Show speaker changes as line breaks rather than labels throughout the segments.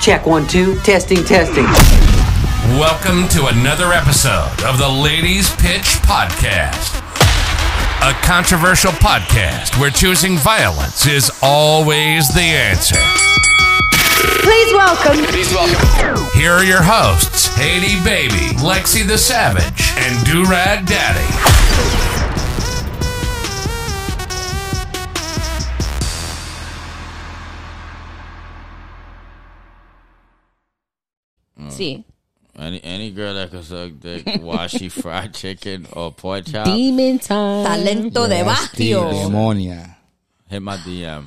Check one, two. Testing, testing.
Welcome to another episode of the Ladies Pitch Podcast, a controversial podcast where choosing violence is always the answer.
Please welcome.
Here are your hosts, Haiti Baby, Lexi the Savage, and Durag Daddy.
See,
Any any girl that can suck dick while she fried chicken or pork chop,
demon time.
Talento de
Asti,
barrio.
demonia.
hit my DM.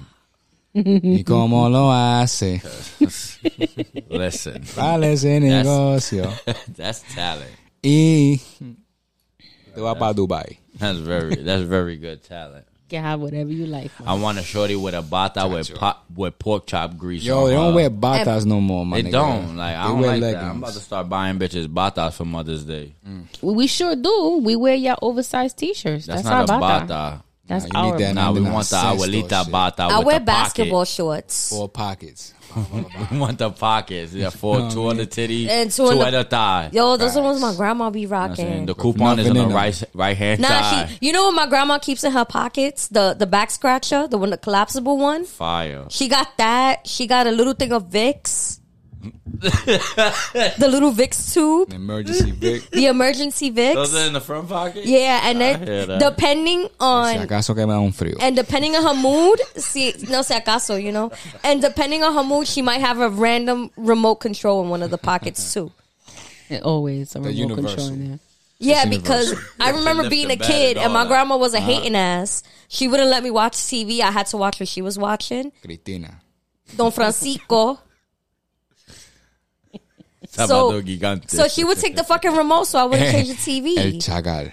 Y como lo hace,
Listen,
vale ese negocio.
that's talent.
Y te va para Dubai.
That's very that's very good talent.
can have whatever you like.
I want a shorty with a bata with pop with pork chop grease.
Yo,
on
they don't
her.
wear batas no more, my
Eh, They
nigga.
don't like. I
They
don't
wear
like that.
leggings.
I'm about to start buying bitches batas for Mother's Day.
Mm,
Uh,
We, we sure do. We wear your oversized t-shirts.
That's, not
That's, our
a
bata.
bata.
That's
Nah, you
our
need that
bata.
Nah, we
Nah,
want the
sex
abuelita
doll shit.
bata.
I
with
wear
the
basketball
Pocket.
shorts.
Four pockets.
We want the pockets. Yeah, four two on the titty
And two on the-
at the thigh.
Yo, those are the ones my grandma be
I'm saying?
rocking.
The coupon is on the
Nothing in
right right hand
Nah,
side.
she, you know what my grandma keeps in her pockets? The the back scratcher, the one, the collapsible one.
Fire.
She got that. She got a little thing of Vicks. the little Vicks tube,
Emergency Vic.
the emergency
Those are
Vicks.
in the front pocket.
Yeah, and
hear
then
that.
depending
Si
on
acaso que me da un frío.
Eh.
and depending on her mood, see, no se acaso, you know. And depending on her mood, she might have a random remote control in one of the pockets too.
And Always a remote control
universal.
in there.
Yeah, because I remember
lift
being
the
a
bed
kid
and
and my
all Uh-huh. that.
grandma was a hating ass. She wouldn't let me watch TV. I had to watch what she was watching.
Cristina.
Don Francisco.
Sábado gigante.
so she would take the fucking remote so I wouldn't change the
El
TV.
Chagal.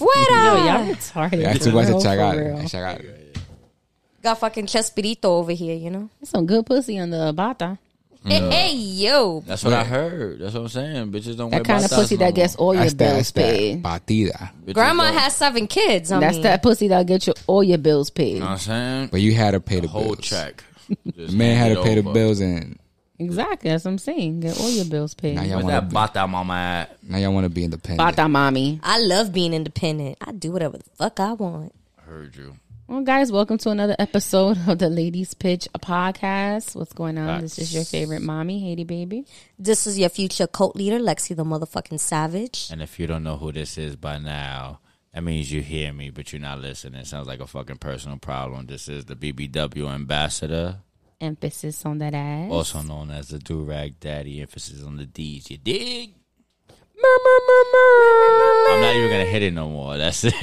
Yo,
Fuera!
y'all retarded.
I
for
took watch El
real, for
Chagal.
real.
El Chagal.
Got fucking Chespirito over here, you know?
There's Some good pussy on the bata.
Hey, hey, yo.
That's what I heard. That's what I'm saying. Bitches don't wear
That kind of
batas
pussy
no
that
more.
gets all your
That's that,
bills
that's that.
paid.
Batida.
Bitches
Grandma
don't-
has seven kids. I
That's
mean,
that pussy that'll get you all your bills paid.
You know what I'm saying?
But you had to pay the
Whole
bills.
check. Just
Man
hand
had
it
to pay the
over.
bills and
Exactly. That's what I'm saying. Get all your bills paid.
now y'all
Where's
want
that
to
bata mama at?
now y'all want to be independent.
Bata mommy.
I love being independent. I do whatever the fuck I want.
Heard you.
Well, guys, welcome to another episode of the Ladies Pitch podcast. What's going on? This is your favorite mommy, Haiti Baby.
This is your future cult leader, Lexi the motherfucking savage.
And if you don't know who this is by now, that means you hear me, but you're not listening. sounds like a fucking personal problem. This is the BBW ambassador,
Emphasis on that ass.
also known as the Durag Daddy. Emphasis on the D's. You dig? I'm not even gonna hit it no more. That's it.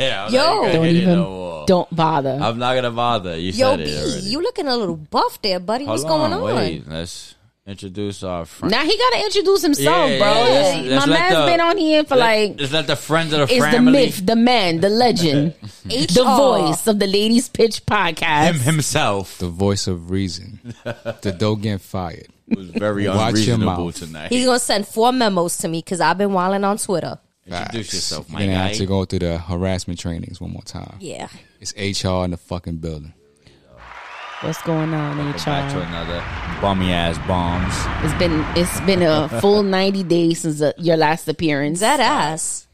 I'm
Yo.
not even gonna
Don't
hit it
even-
no more.
Don't bother.
I'm not gonna bother. You
Yo,
said
B,
it already.
you looking a little buff there, buddy.
Hold
What's going on?
Wait, let's introduce our friend.
Now he gotta introduce himself,
Yeah,
bro.
yeah, let's-
Like,
let's
My
let
man's
the-
been on here for like
Just let the friends of the
it's the
family.
myth, the man, the legend, the
HR.
voice of the Ladies Pitch podcast.
Him himself
the voice of reason. the dope getting fired.
was very
Watch your
unreasonable
mouth.
tonight.
He's gonna send four memos to me because I've been wilding on Twitter.
Introduce yourself,
You're
my
gonna have
guy.
to go through the harassment trainings one more time.
Yeah.
It's HR in the fucking building.
What's going on,
Back to
HR?
another bummy ass bombs.
It's been it's been a full ninety days since uh your last appearance.
That ass.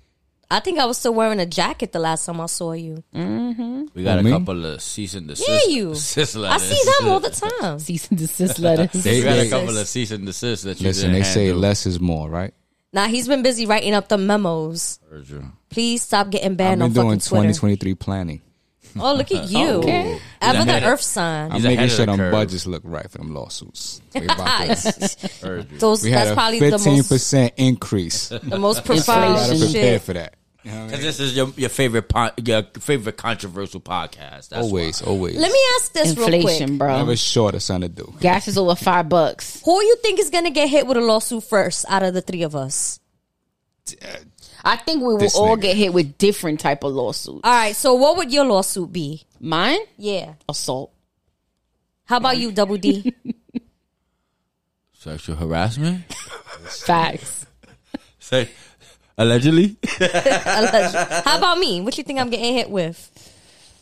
I think I was still wearing a jacket the last time I saw you.
We got
Who,
a
me?
couple of cease and desist.
Yeah, you.
desist
I
letters.
see them all the time.
cease and desist letters.
They-
We got a
They-
couple of cease and desist that you
Listen,
didn't
they say
handle.
less is more, right?
Now he's been busy writing up the memos.
Heard you.
Please stop getting
I've
banned
been
on
doing
fucking Twitter.
2023 planning.
Oh, look at you.
Okay.
Ever
He's
the
ahead of-
earth sign.
I'm
He's ahead
making
of
sure
the
them
curve.
budgets look right for them lawsuits. We, about to-
Heard you.
Those
we
that's
had
probably
a
the
15
most
percent increase. You
the most profound
gotta prepare
shit.
for that. You know what I mean?
Because this is your, your favorite po- your favorite controversial podcast. That's
Always,
why.
always.
Let me ask this real quick.
Inflation, bro.
Never short of something to do.
Gas is over five bucks.
Who you think is gonna get hit with a lawsuit first out of the three of us?
I think we will
This
all
nigga.
get hit with different type of lawsuits.
All right, so what would your lawsuit be?
Mine,
Yeah.
assault.
How about you, Double D?
Sexual harassment?
Facts.
Say, allegedly?
How about me? What you think I'm getting hit with?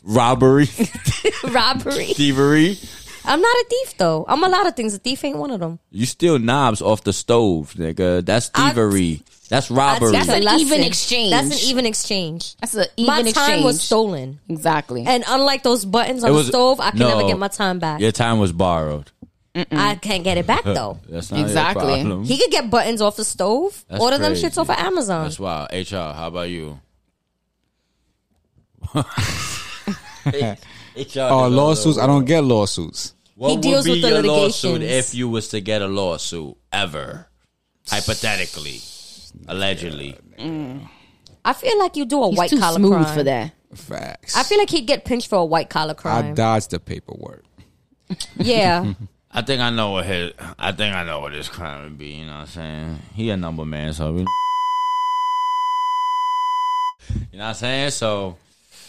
Robbery?
Robbery.
Thievery?
I'm not a thief though. I'm a lot of things. A thief ain't one of them.
You steal knobs off the stove, nigga. That's
I-
thievery. That's
I'd
robbery.
teach
That's
a
an
lesson.
even exchange.
That's an even exchange.
That's an even
my time was
exchange.
stolen,
Exactly.
and unlike those buttons on
It
the
was-
stove, I can
no.
never get my time back.
Your time was borrowed.
I can't get it back though.
That's not
Exactly.
Your problem.
He could get buttons off the stove.
That's
order
crazy.
them shits off of Amazon.
That's wild. HR, how about you? HR.
Oh, lawsuits? I don't get lawsuits.
What
He
would
deals
be
with the
your lawsuit
litigations.
if you was to get a lawsuit ever, hypothetically, allegedly?
I feel like you do a
He's
white
too
collar
smooth
crime.
for that.
Facts.
I feel like he'd get pinched for a white collar
I
crime.
dodged the paperwork.
yeah,
I think I know what his. I think I know what his crime would be. You know what I'm saying? He a number man, so we. You know what I'm saying? So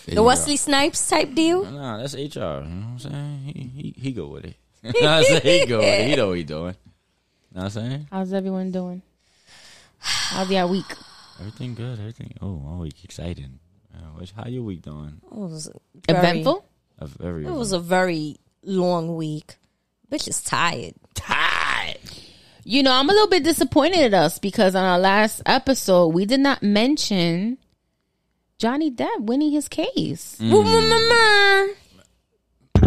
the Wesley Snipes type deal.
nah, that's HR. You know what I'm saying? He he, he go with it. You know what I'm saying? He go with it. He know what he doing. You know what I'm saying?
How's everyone doing? How's y'all week?
Everything good. Everything. Oh, my week exciting. Uh, which, how your week doing?
It was very-
Eventful?
Uh, Very.
It was a very long week. Bitch is tired.
tied.
You know, I'm a little bit disappointed at us because on our last episode, we did not mention Johnny Depp winning his case.
Mm.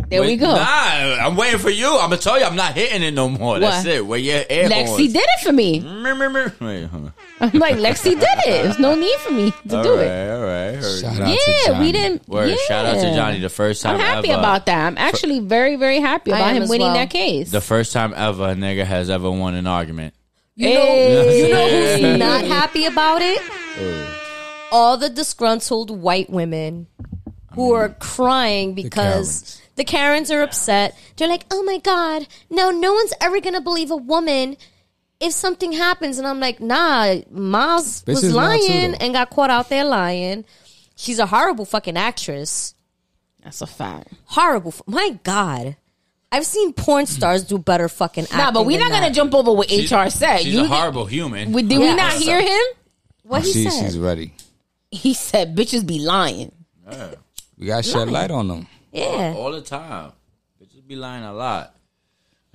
There we
Wait,
go.
Nah, I'm waiting for you. I'm gonna tell you, I'm not hitting it no more. That's
What?
it. Where your air
Lexi did it for me.
Wait, huh?
I'm like, Lexi did it. There's no need for me to
All
do
right,
it.
all right. heard
Shout
you.
out to
Yeah,
Johnny.
we didn't.
Word.
yeah.
Shout out to Johnny. The first time
I'm happy
ever,
about that. I'm actually very, very happy
I
about
am
him
as
winning
well.
that case.
The first time ever a nigga has ever won an argument.
You know, you know who's not happy about it? All the disgruntled white women who are crying because
Mm. Karens.
the Karens, are upset. They're like, "Oh my god, no, no one's ever gonna believe a woman." If something happens, and I'm like, nah, Miles
This
was
is mine too,
lying
though.
and got caught out there lying. She's a horrible fucking actress.
That's a fact.
Horrible. f- My God. I've seen porn stars do better fucking acting.
Nah, but we're
than
not gonna
that.
jump over what HR said.
She's
You
a
did-
horrible human.
we- did we
Yeah.
not hear him?
What he
She,
said.
she's ready.
He said, "Bitches be lying."
We gotta shed light on them.
yeah.
all the time. Bitches be lying a lot,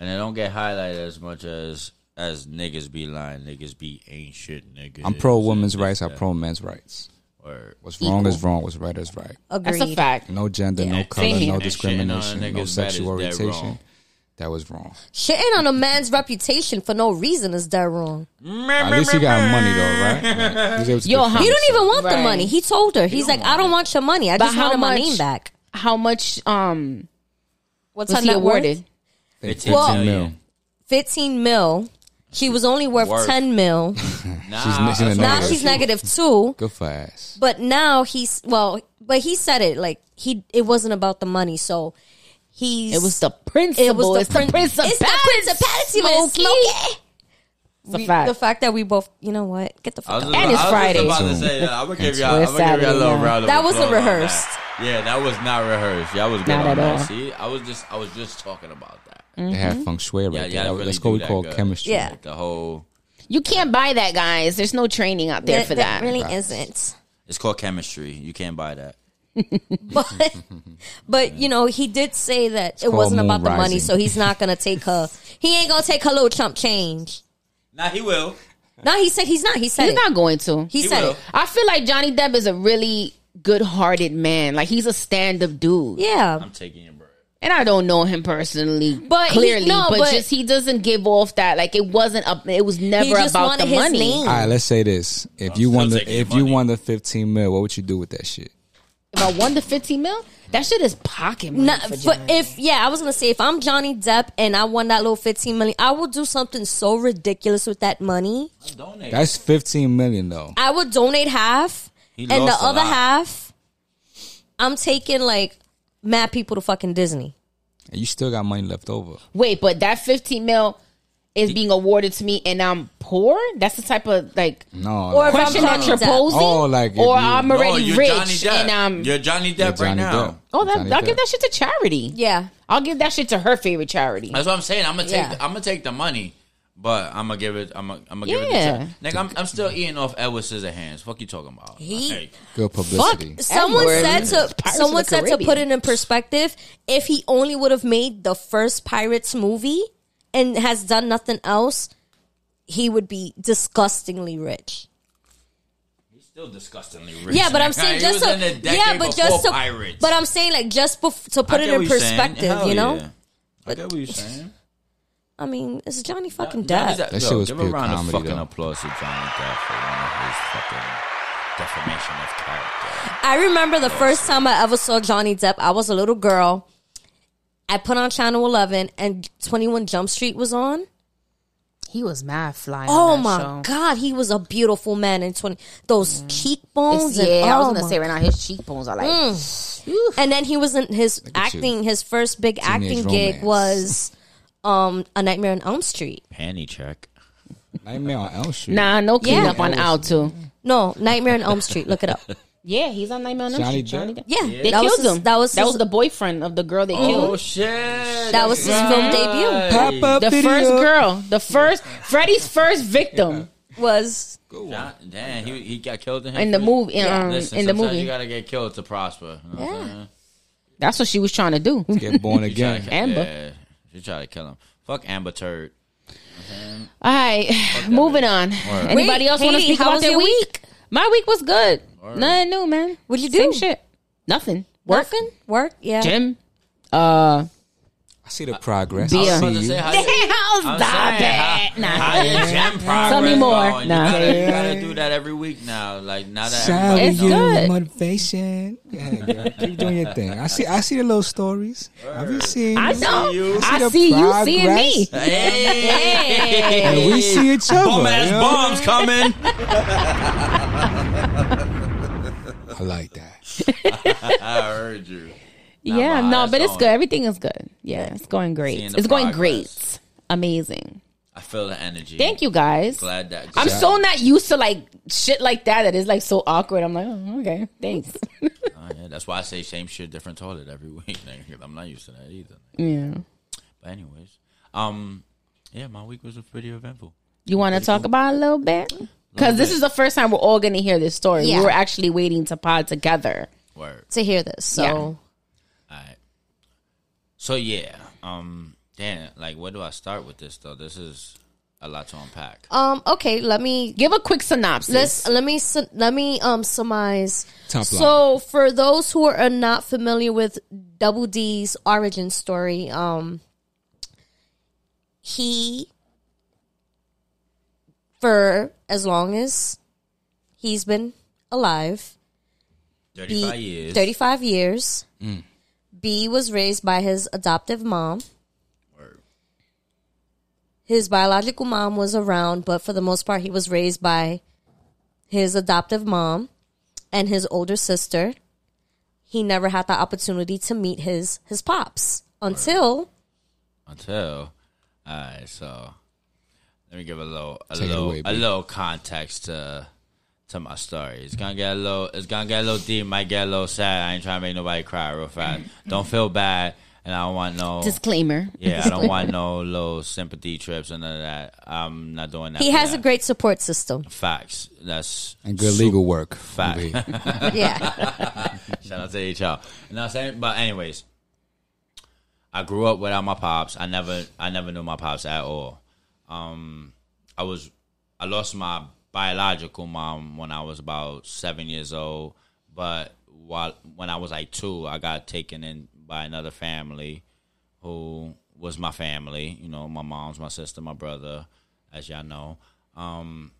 and they don't get highlighted as much as as niggas be lying. Niggas be ain't shit, nigga.
I'm pro women's rights. I'm pro men's rights.
Word.
What's wrong is wrong. What's right is right.
Agreed.
That's a fact.
No gender, no color,
here.
no
And
shitting on a
discrimination,
nigga's bed
no
is
sexual
dead
orientation.
wrong.
That was wrong.
Shitting on a man's reputation for no reason is that wrong.
At least he got money though, right? Right. He was able to
Yo,
get
how-
He
food.
don't even want the
Right.
money. He told her. He's like, I don't want your money. I
But
just
how
wanted my
much
name back.
How much um
What's
was
her
he
net worth?
awarded?
They took
Well-
10 mil.
15 mil. She was only worth
Worth.
10 mil.
Nah,
She's missing
that's
a
not
now
Negative.
she's negative two.
Good for ass.
But now he's well. But he said it like he. It wasn't about the money. So he's.
It was the principle. It was the, it's the
prin-
principality.
It's the principality. but it's Smokey.
It's a
We-
fact.
The fact that we both. You know what? Get the
I
fuck
was
out.
about-
And it's
I was
Friday.
Just about to say that. I'm gonna give y'all,
We're
I'm gonna give y'all a
Saturday
little
now.
round of
That wasn't
applause on that.
rehearsed.
Yeah, that was not rehearsed. Y'all was good
Not
on
at
that.
all. Mm.
See, I was just I was just talking about that.
They had feng shui right
Yeah,
there.
yeah,
That-
really
That's what we
do that
call
good.
chemistry.
Mm-hmm. Yeah.
Like the whole
You can't buy that, guys. There's no training out there
That-
for
that
that.
really isn't.
it's called chemistry. You can't buy that.
but but you know he did say that it
called
wasn't about
moon
the money,
rising.
so he's not gonna take her. He ain't gonna take her little chump change.
Nah, he will.
No, he said he's not. He said
He's
it.
not going to.
He,
He
said
will.
it.
I feel like Johnny Depp is a really good-hearted man. Like he's a stand-up dude,
Yeah,
I'm taking your bread.
and I don't know him personally,
But he-
clearly,
no,
but,
but-
just he doesn't give off that. Like it wasn't a. It was
he
never
just
about
wanted
the
his
money.
name.
All right, let's say this: if
I'm
you
still
won the
taking the
if you
money.
won the fifteen mil, what would you do with that shit?
If I won the 15 mil, that shit is pocket money.
Not,
for
but
Johnny.
if yeah, I was gonna say if I'm Johnny Depp and I won that little fifteen million, I would do something so ridiculous with that money.
Donate.
That's fifteen million though.
I would donate half,
He
and the
lost a
other
lot.
half, I'm taking like mad people to fucking Disney.
And you still got money left over.
Wait, but that 15 mil is being awarded to me and I'm poor? That's the type of like
No,
Or
like-
if I'm
question that
Johnny
you're
Depp.
posing?
Oh, like if you-
or I'm
No,
already
you're Johnny
rich
Depp.
and um
you're Johnny Depp
Yeah,
right
Johnny
now.
Depp.
Oh, that,
Johnny
I'll give
Depp.
that shit to charity. Uh,
Yeah,
I'll give that shit to her favorite charity.
That's what I'm saying. I'm gonna take
Yeah.
I'm gonna take the money. But I'm gonna give it. I'm gonna, I'm gonna
Yeah.
give it. To Nigga, I'm, I'm still eating off Edward Scissorhands. Fuck you talking about?
He-
Hey,
Good
Fuck.
publicity.
Someone said
Edward.
to
Pirates of the
someone said to put it
Caribbean.
in perspective. If he only would have made the first Pirates movie and has done nothing else, he would be disgustingly rich.
he's still disgustingly rich.
Yeah, but I'm
nigga.
saying
He
just
was
to,
in the decade
yeah, but
before
just to,
pirates.
but I'm saying like just bef- to put
I
it
get
in
what you're saying.
perspective,
Hell
you know.
yeah. I get what you're saying.
I mean, it's Johnny fucking
Johnny
Depp.
Depp-
That
yo,
shit was
give
pure
a round
comedy,
of fucking
though.
applause to Johnny Depp for one of his fucking defamation of character.
I remember the first time I ever saw Johnny Depp. I was a little girl. I put on Channel 11 and 21 Jump Street was on.
He was mad flying.
Oh
on that
my
show. Mm.
God, he was a beautiful man in twenty. Those cheekbones,
It's-
and,
yeah, I was
oh
gonna
my- Mm.
say right now his cheekbones are like. Oof.
And then he was in his
at you.
acting. His first big acting gig
romance.
was um, a Nightmare on Elm Street.
Panty check.
Nightmare on Elm Street.
Nah, no king
Yeah.
up on out too.
No, Nightmare on Elm Street. Look it up.
Yeah, he's on Nightmare on Elm
Johnny
Street. Johnny Depp.
Yeah,
They
that
killed
was his,
him.
That was his,
the boyfriend of the girl they
Oh
killed.
shit!
that was his film debut.
Pop up
The
video.
first girl, the first Freddie's first victim
Was
John, damn, he he got killed in, his
in the
first-
movie. um,
Listen,
in the
sometimes
movie,
you gotta get killed to prosper. You know what I'm saying?
that's what she was trying to do.
Get born
You try to
again.
kill-
Amber.
Yeah, she tried to kill him. Fuck Amber Turd.
All right, moving on. Anybody
Wait,
else want to
Katie,
speak
how
about
was
their
your
week? My week was good. Nothing new, man.
What'd you
Same
do?
shit. Nothing. Work.
working work? Yeah.
Gym. Uh.
I see the progress.
Beer.
I
I was about
see
to say
you.
how you- I'm saying, how- how your gym
Tell me
progress
more.
going? You
Nah.
gotta, you gotta do that every week now. Like now that
Shower
everybody
It's
you
knows.
good.
with motivation. Yeah, girl. Keep doing your thing. I see. I see the little stories. I've been seeing.
I
you.
know.
you.
I
See the
see you seeing me.
Hey,
And we see each other.
bum ass
you know?
bombs coming.
I like that.
I heard you.
yeah,
my
no,
eyes
but it's
on.
good. Everything is good. Yeah, it's going great.
Seeing
It's
the
going
progress.
great. Amazing.
I feel the energy.
Thank you guys.
Glad that
I'm
glad-
so not used to like shit like that that is like so awkward. I'm like, oh, okay, thanks.
Oh, yeah, that's why I say same shit, different toilet every week. nigga, 'cause I'm not used to that either.
yeah.
But anyways, um, yeah, my week was pretty eventful.
You want to talk about it a little bit? Because this
bit.
is the first time we're all going to hear this story.
Yeah.
We were actually waiting to pod together.
Word.
To hear this, so
All right. So yeah, um, damn, like where do I start with this though? This is a lot to unpack.
um okay, let me
Give a quick synopsis.
Let's let me su- let me um surmise.
Top line.
So for those who are not familiar with Double D's origin story, um, he for as long as he's been alive, B-
Thirty-five years. Mm.
35 years. B was raised by his adoptive mom. His biological mom was around, but for the most part, he was raised by his adoptive mom and his older sister. He never had the opportunity to meet his his pops until
until all right so let me give a little a
Take it
little
away,
a
baby.
little context to to my story it's gonna get a little it's gonna get a little deep might get a little sad i ain't trying to make nobody cry real fast
Mm.
don't feel bad and i don't want no
Disclaimer.
yeah i don't want no little sympathy trips and none of that i'm not doing that
he
for
has a
that.
great support system.
facts that's
And good legal work.
Fact.
over here.
Yeah,
Shout out to HR. You know what I'm saying? But anyways, I grew up without my pops. I never I never knew my pops at all. Um I was I lost my biological mom when I was about seven years old. But while when I was like two, I got taken in by another family who was my family, you know, my mom's, my sister, my brother, as y'all know. Um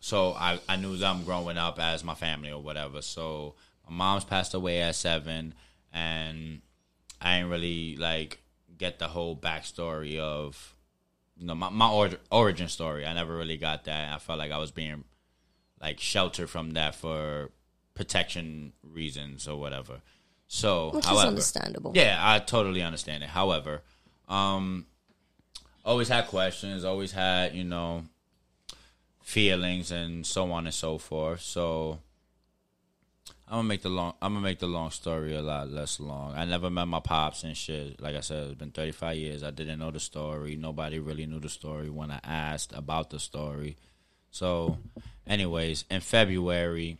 so I, I knew them growing up as my family or whatever. So my mom's passed away at seven, and I ain't really like get the whole backstory of you know my my or- origin story. I never really got that. I felt like I was being like sheltered from that for protection reasons or whatever. So
which is
however,
understandable.
yeah, I totally understand it. However, um, always had questions, always had you know feelings and so on and so forth. So I I'm gonna make the long. I'm gonna make the long story a lot less long. I never met my pops and shit. Like I said, it's been 35 years. I didn't know the story. Nobody really knew the story when I asked about the story. So, anyways, in February,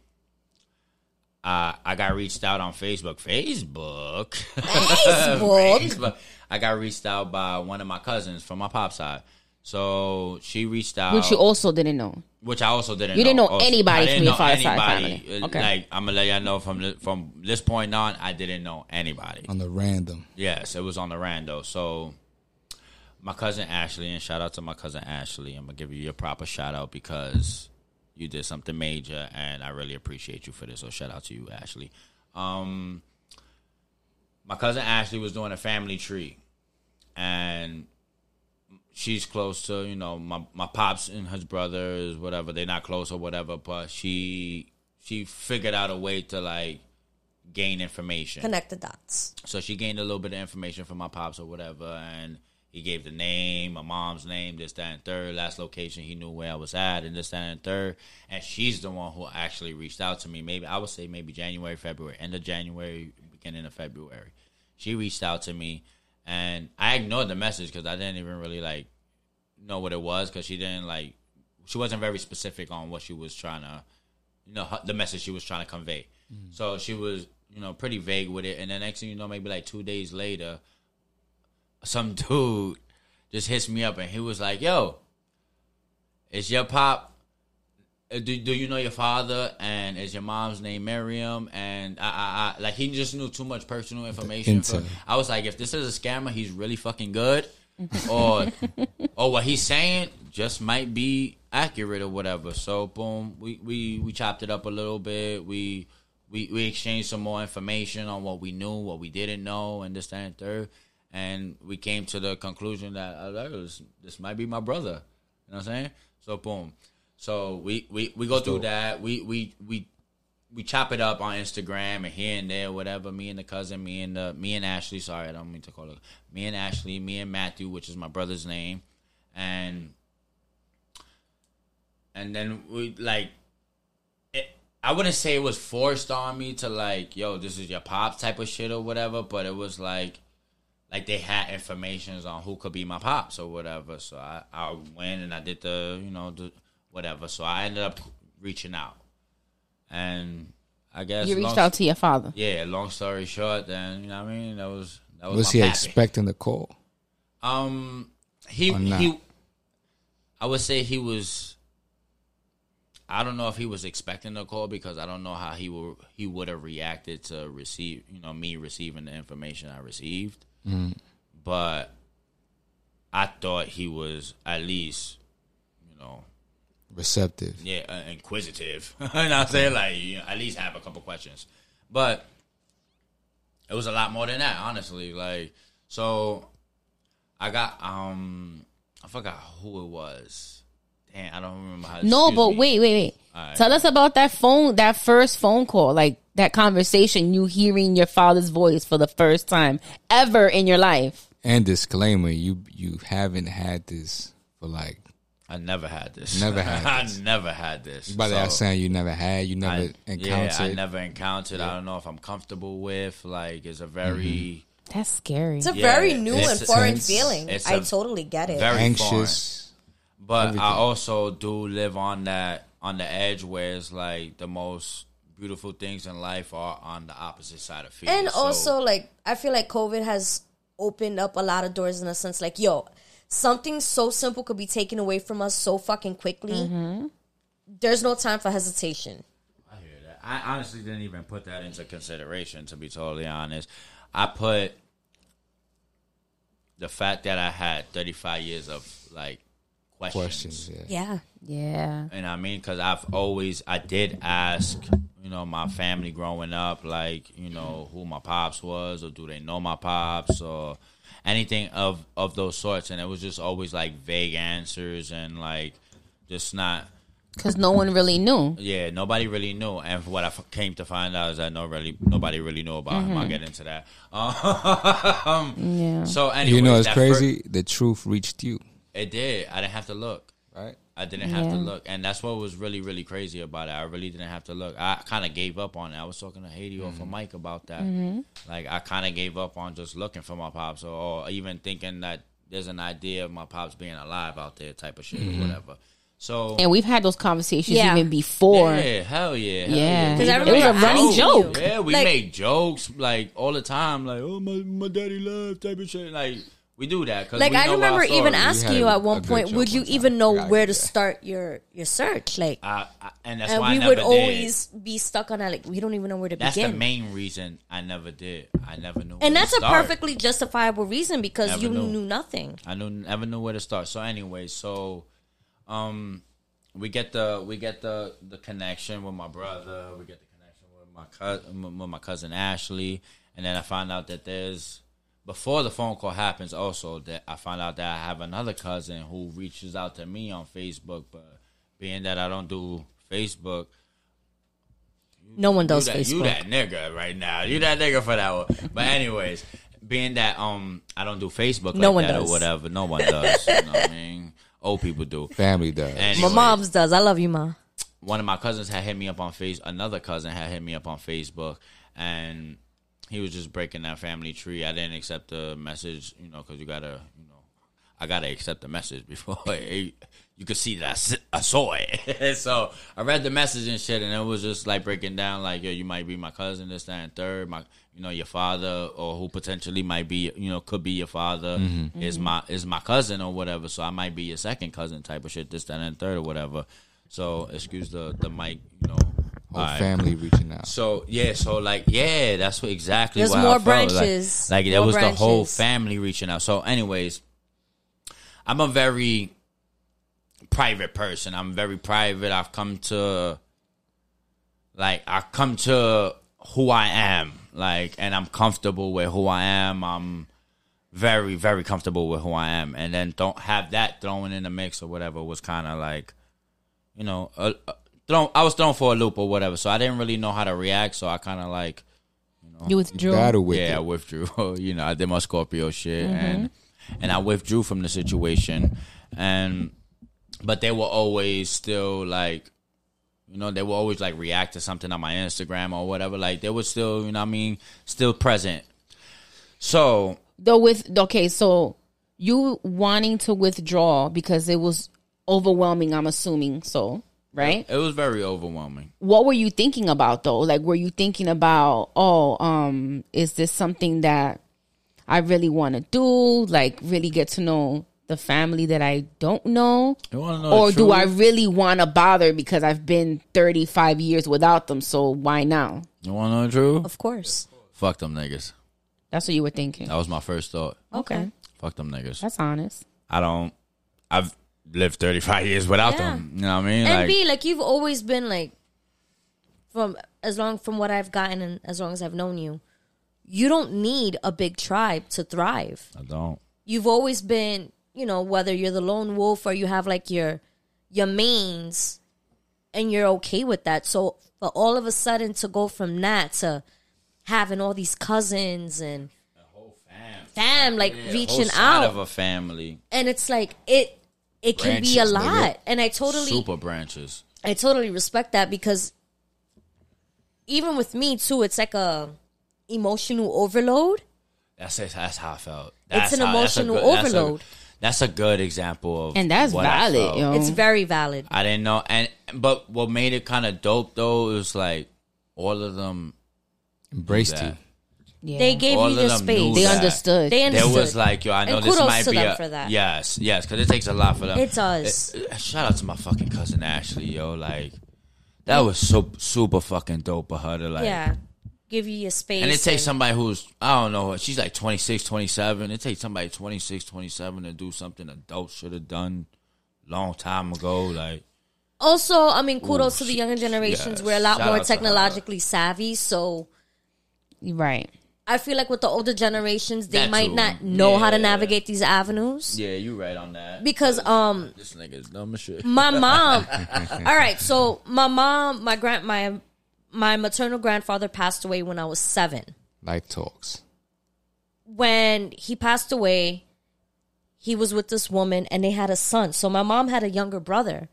I I got reached out on Facebook. Facebook.
Facebook.
Facebook. I got reached out by one of my cousins from my pop's side. So she reached out
Which you also didn't know.
which I also didn't.
You didn't know
also.
anybody
I
from
didn't
your
know
father's side
anybody.
family.
Uh,
Okay.
Like I'm gonna let y'all know from the, from this point on, I didn't know anybody.
on the random.
Yes, it was on the rando. So my cousin Ashley, and shout out to my cousin Ashley. I'm gonna give you your proper shout out because you did something major, and I really appreciate you for this. So shout out to you, Ashley. Um, my cousin Ashley was doing a family tree, and she's close to you know my my pops and his brothers, whatever. They're not close or whatever, but she she figured out a way to like gain information
Connect the dots.
so she gained a little bit of information from my pops or whatever, and he gave the name, my mom's name, this, that, and third, last location. He knew where I was at, and this, that, and third. And she's the one who actually reached out to me. Maybe I would say maybe January, February, end of January, beginning of February. She reached out to me, and I ignored the message because I didn't even really like know what it was because she didn't like she wasn't very specific on what she was trying to you know her- the message she was trying to convey so she was you know pretty vague with it and the next thing you know maybe like two days later some dude just hits me up and he was like yo is your pop uh, do, do you know your father and is your mom's name Miriam and I, I, I like he just knew too much personal information. For,
intel.
I was like, if this is a scammer, he's really fucking good, or or Oh, what he's saying just might be accurate or whatever. So boom, we we we chopped it up a little bit. We we we exchanged some more information on what we knew, what we didn't know, and this that, and third. And we came to the conclusion that uh, this, this might be my brother. You know what I'm saying? So boom. So we we, we go through that. We we we we chop it up on Instagram and here and there, whatever. Me and the cousin, me and the me and Ashley. Sorry, I don't mean to call her. Me and Ashley, me and Matthew, which is my brother's name, and and then we like. It, I wouldn't say it was forced on me to like, yo, this is your pops type of shit or whatever, but it was like, like they had informations on who could be my pops or whatever. So I, I went and I did the, you know, the whatever. So I ended up reaching out. And I guess
you reached
long-
out to your father.
Yeah, long story short, then you know what I mean. That was that was,
Was
my
he
pappy.
expecting the call?
Um, he
Or not?
he. I would say he was. I don't know if he was expecting the call because I don't know how he would he would have reacted to receive you know me receiving the information I received, but I thought he was at least you know
Receptive.
yeah, uh, inquisitive. and I say like, you know, at least have a couple questions. But it was a lot more than that, honestly. Like, so I got um, I forgot who it was. Damn, I don't remember how.
No,
excuse
but
me.
wait, wait, wait. Tell us about that phone, that first phone call, like that conversation, you hearing your father's voice for the first time ever in your life.
And disclaimer, you you haven't had this for like
I never had this.
Never had this.
I never had this.
by
So-
that saying you never had, you never encountered.
Yeah, I never encountered. I don't know if I'm comfortable with. Like, it's a very,
That's scary.
It's a
Yeah,
very new
it's-
and foreign
It's-
feeling.
it's
I
a
totally get it.
very foreign.
Mm-hmm. anxious.
But
Everything.
I also do live on that on the edge where it's like the most beautiful things in life are on the opposite side of fear.
and
So-
also like i feel like covid has opened up a lot of doors in a sense like yo something so simple could be taken away from us so fucking quickly
Mm-hmm.
there's no time for hesitation
I hear that. I honestly didn't even put that into consideration. To be totally honest, I put the fact that I had 35 years of like questions.
questions. Yeah.
yeah
yeah.
And I mean, because I've always, I did ask, you know, my family growing up, like, you know, who my pops was, or do they know my pops, or anything of of those sorts. And it was just always like vague answers and like just not.
Because no one really knew.
Yeah, nobody really knew, and what I f- came to find out is that no really nobody really knew about him. I'll get into that. Um,
Yeah.
So, anyway,
You know, it's crazy. the truth reached you,
it did. I didn't have to look.
right?
I didn't have to
Yeah.
look, and that's what was really really crazy about it. I really didn't have to look. I kind of gave up on it. I was talking to Haiti off a mic about that.
Mm-hmm.
Like I kind of gave up on just looking for my pops, or, or even thinking that there's an idea of my pops being alive out there, type of shit or whatever. So
And we've had those conversations
Yeah.
even before.
yeah, hell yeah, hell
Yeah. 'Cause
We
I
even
remember
made
I asked
jokes.
you.
Yeah, we
Like-
make jokes like all the time, like oh my my daddy left type of shit. Like we do that because
Like I remember even
had
asking you
a-
at
a
one
good
point,
joke
would you
one time.
even know
Yeah,
where to
yeah.
start your your search? Like,
I, I, and that's
and
why I
we
never
would
did.
always be stuck on that. Like, we don't even know where to
That's
begin.
the main reason I never did. I never knew. where
and
to
that's a
start.
perfectly justifiable reason because
Never
you
knew.
knew nothing.
I knew never knew where to start. So anyway, so um, we get the we get the the connection with my brother. We get the connection with my cousin with my cousin Ashley, and then I find out that there's before the phone call happens. Also, that I find out that I have another cousin who reaches out to me on Facebook, but being that I don't do Facebook,
No one does
you that,
Facebook.
You that nigga right now. You that nigga for that one. But anyways, being that um I don't do Facebook
No
like
one
that
does.
or whatever. No one does. you know what I mean? Old people do.
Family does.
My
Anyways,
mom's does. I love you, ma.
one of my cousins had hit me up on face another cousin had hit me up on Facebook and he was just breaking that family tree. I didn't accept the message, you know, cuz you got to, you know, I got to accept the message before it, you could see that I s- I, saw it. so, I read the message and shit and it was just like breaking down like, yo, you might be my cousin this that and third, my you know, your father or who potentially might be, you know, could be your father is my is my cousin or whatever. So, I might be your second cousin type of shit this that and third or whatever. So excuse the the mic, you know.
Whole
All right.
family reaching out.
So yeah, so like yeah, that's what exactly.
There's
what
more
I felt. Like-
branches.
Like, that
More
was the whole
branches.
family reaching out. So, anyways, I'm a very private person. I'm very private. I've come to like I come to who I am. Like, and I'm comfortable with who I am. I'm very, very comfortable with who I am. And then don't have that thrown in the mix or whatever was kind of like you know, uh, uh, thrown. I was thrown for a loop or whatever, so I didn't really know how to react. So I kind of like,
You withdrew.
Battle with
yeah, I
it.
withdrew. you know, I did my Scorpio shit, and and I withdrew from the situation, and but they were always still like, you know, they were always like react to something on my Instagram or whatever. Like they were still, you know, what I mean, still present. So
Though with okay, so you wanting to withdraw because it was overwhelming. I'm assuming so, right?
it was very overwhelming.
What were you thinking about though? Like, were you thinking about oh, um, is this something that I really want to do? Like, really get to know the family that I don't know.
You wanna know the
Or do
truth?
I really want to bother because I've been 35 years without them? So why now?
You want to know the truth?
Of course.
Fuck them niggas.
That's what you were thinking.
That was my first thought.
Okay.
Fuck them niggas.
That's honest.
I don't. I've lived 35 years without
Yeah.
them. You know what I mean?
and
like,
B, like you've always been like from as long from what I've gotten and as long as I've known you, you don't need a big tribe to thrive.
I don't.
You've always been, you know, whether you're the lone wolf or you have like your your mains and you're okay with that. So but all of a sudden to go from that to having all these cousins and fam like reaching out
of a family,
and it's like it it can be a
Branches,
lot
nigga.
and i totally
super branches.
I totally respect that because even with me too, it's like a emotional overload.
That's it, that's how I felt.
It's
That's
an
how- that's a
emotional
good- that's a-
overload.
That's a, good example of,
And that's
what I
valid,
felt.
yo.
It's very valid.
I didn't know, and but what made it kind of dope though is like all of them.
Embraced
that.
you.
Yeah.
They gave
All
you
of
their
them
space.
knew
They
that.
understood.
They
There
understood.
was like, yo, I know
And
this
kudos
might
to
be
them
a
for that.
yes, yes, because it takes a lot for them.
It does.
Uh, uh, Shout out to my fucking cousin Ashley, yo. Like that was so super fucking dope of her to like.
yeah, give you your space.
And it takes somebody who's, I don't know, she's like 26, 27. It takes somebody 26, 27 to do something adults should have done long time ago. Like,
Also, I mean, kudos
Ooh,
to the younger
sh-
generations.
yes.
We're a lot
Shout
more
out to her.
technologically savvy, so
right.
I feel like with the older generations, they
That
might
too.
not know how to
Yeah.
navigate these avenues
yeah, you right on that.
because um Mm,
this nigga's dumb as shit.
my mom all right so my mom my grand my my maternal grandfather passed away when i was seven
Life talks.
when he passed away he was with this woman and they had a son. So my mom had a younger brother.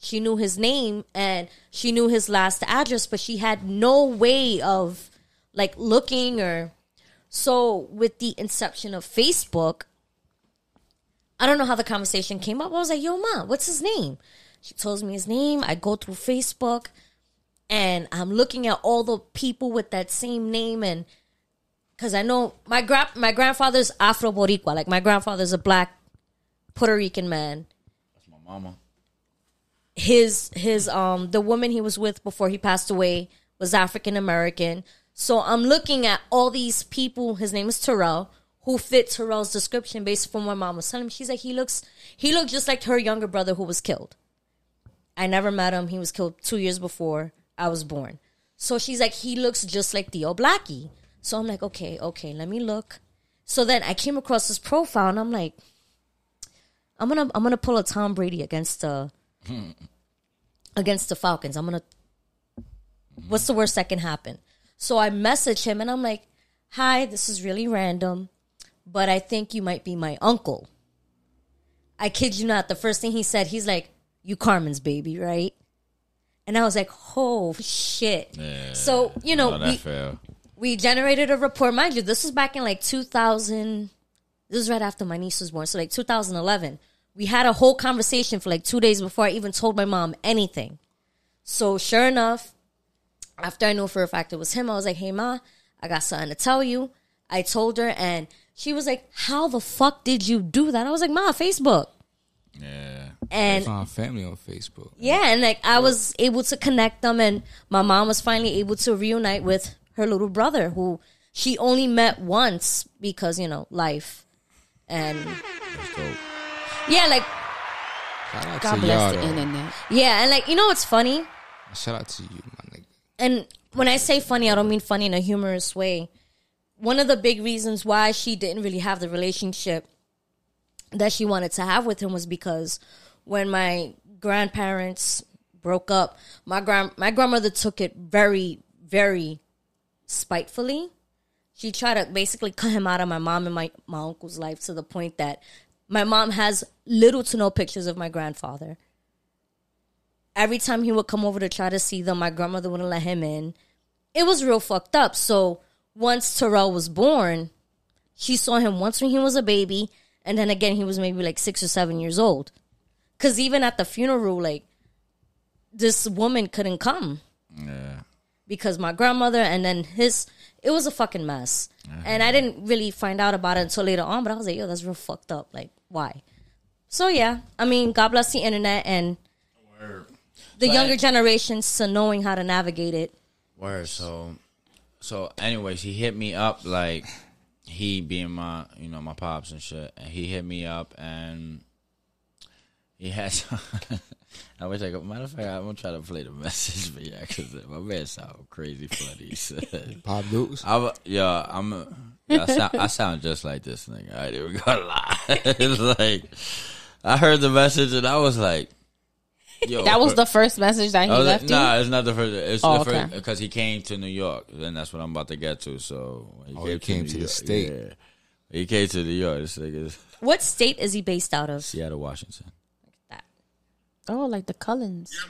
She knew his name and she knew his last address, but she had no way of like looking or so with the inception of Facebook, I don't know how the conversation came up. I was like, yo, ma, what's his name? She tells me his name. I go through Facebook and I'm looking at all the people with that same name and because I know my gra- my grandfather's Afro Boricua. Like my grandfather's a black Puerto Rican man.
My mama.
His his um the woman he was with before he passed away was African American. So I'm looking at all these people. His name is Terrell, who fit Terrell's description based from what my mom was telling me. She's like he looks he looked just like her younger brother who was killed. I never met him. He was killed two years before I was born. So she's like, he looks just like Theo Blackie. So I'm like, okay, okay, let me look. So then I came across his profile and I'm like, I'm gonna I'm gonna pull a Tom Brady against the against the Falcons. I'm gonna what's the worst that can happen? So I message him and I'm like, Hi, this is really random, but I think you might be my uncle. I kid you not, the first thing he said, he's like, You Carmen's baby, right? And I was like, Oh shit. so, you know,
How Oh, that
we,
feel?
we generated a report. Mind you, this was back in like 2000. This was right after my niece was born. So, like 2011. We had a whole conversation for like two days before I even told my mom anything. So, sure enough, after I knew for a fact it was him, I was like, hey, ma, I got something to tell you. I told her, and she was like, how the fuck did you do that? I was like, ma, Facebook.
Yeah.
And
Found family on Facebook.
yeah, and like I was able to connect them, and my mom was finally able to reunite with her little brother, who she only met once because you know life, and yeah, like
Shout out
God
to
bless
y'all.
the
though.
internet.
yeah, and like you know what's funny?
Shout out to you, my nigga.
and when I say funny, I don't mean funny in a humorous way. One of the big reasons why she didn't really have the relationship that she wanted to have with him was because when my grandparents broke up, my grand my grandmother took it very, very spitefully. She tried to basically cut him out of my mom and my, my uncle's life to the point that my mom has little to no pictures of my grandfather every time he would come over to try to see them, my grandmother wouldn't let him in. It was real fucked up. So once Terrell was born, she saw him once when he was a baby, and then again he was maybe like six or seven years old. Cause even at the funeral, like this woman couldn't come
Yeah.
because my grandmother and then his it was a fucking mess. And I didn't really find out about it until later on, but I was like, yo, that's real fucked up. Like, why? So yeah, I mean, God bless the internet and the
But-
younger generations to knowing how to navigate it.
Word. So, so, anyways, he hit me up like he being my, you know, my pops and shit. And he hit me up and he has. I wish I could. Matter of fact, I'm gonna try to play the message for you because my man sound crazy funny.
Pop Dukes.
I'm yeah, I'm yeah, I, sound, I sound just like this nigga. I ain't even gonna lie. it's like I heard the message and I was like, yo,
That was
for-
the first message that he
I was like,
left
Oh, nah,
you.
it's not the first. It's
Oh,
the first
okay.
because he came to New York, and that's what I'm about to get to. So when
Oh, he came to the state.
yeah. He came to New York. This nigga is
What state is he based out of?
Seattle, Washington.
Oh, like the Cullens.
Yeah,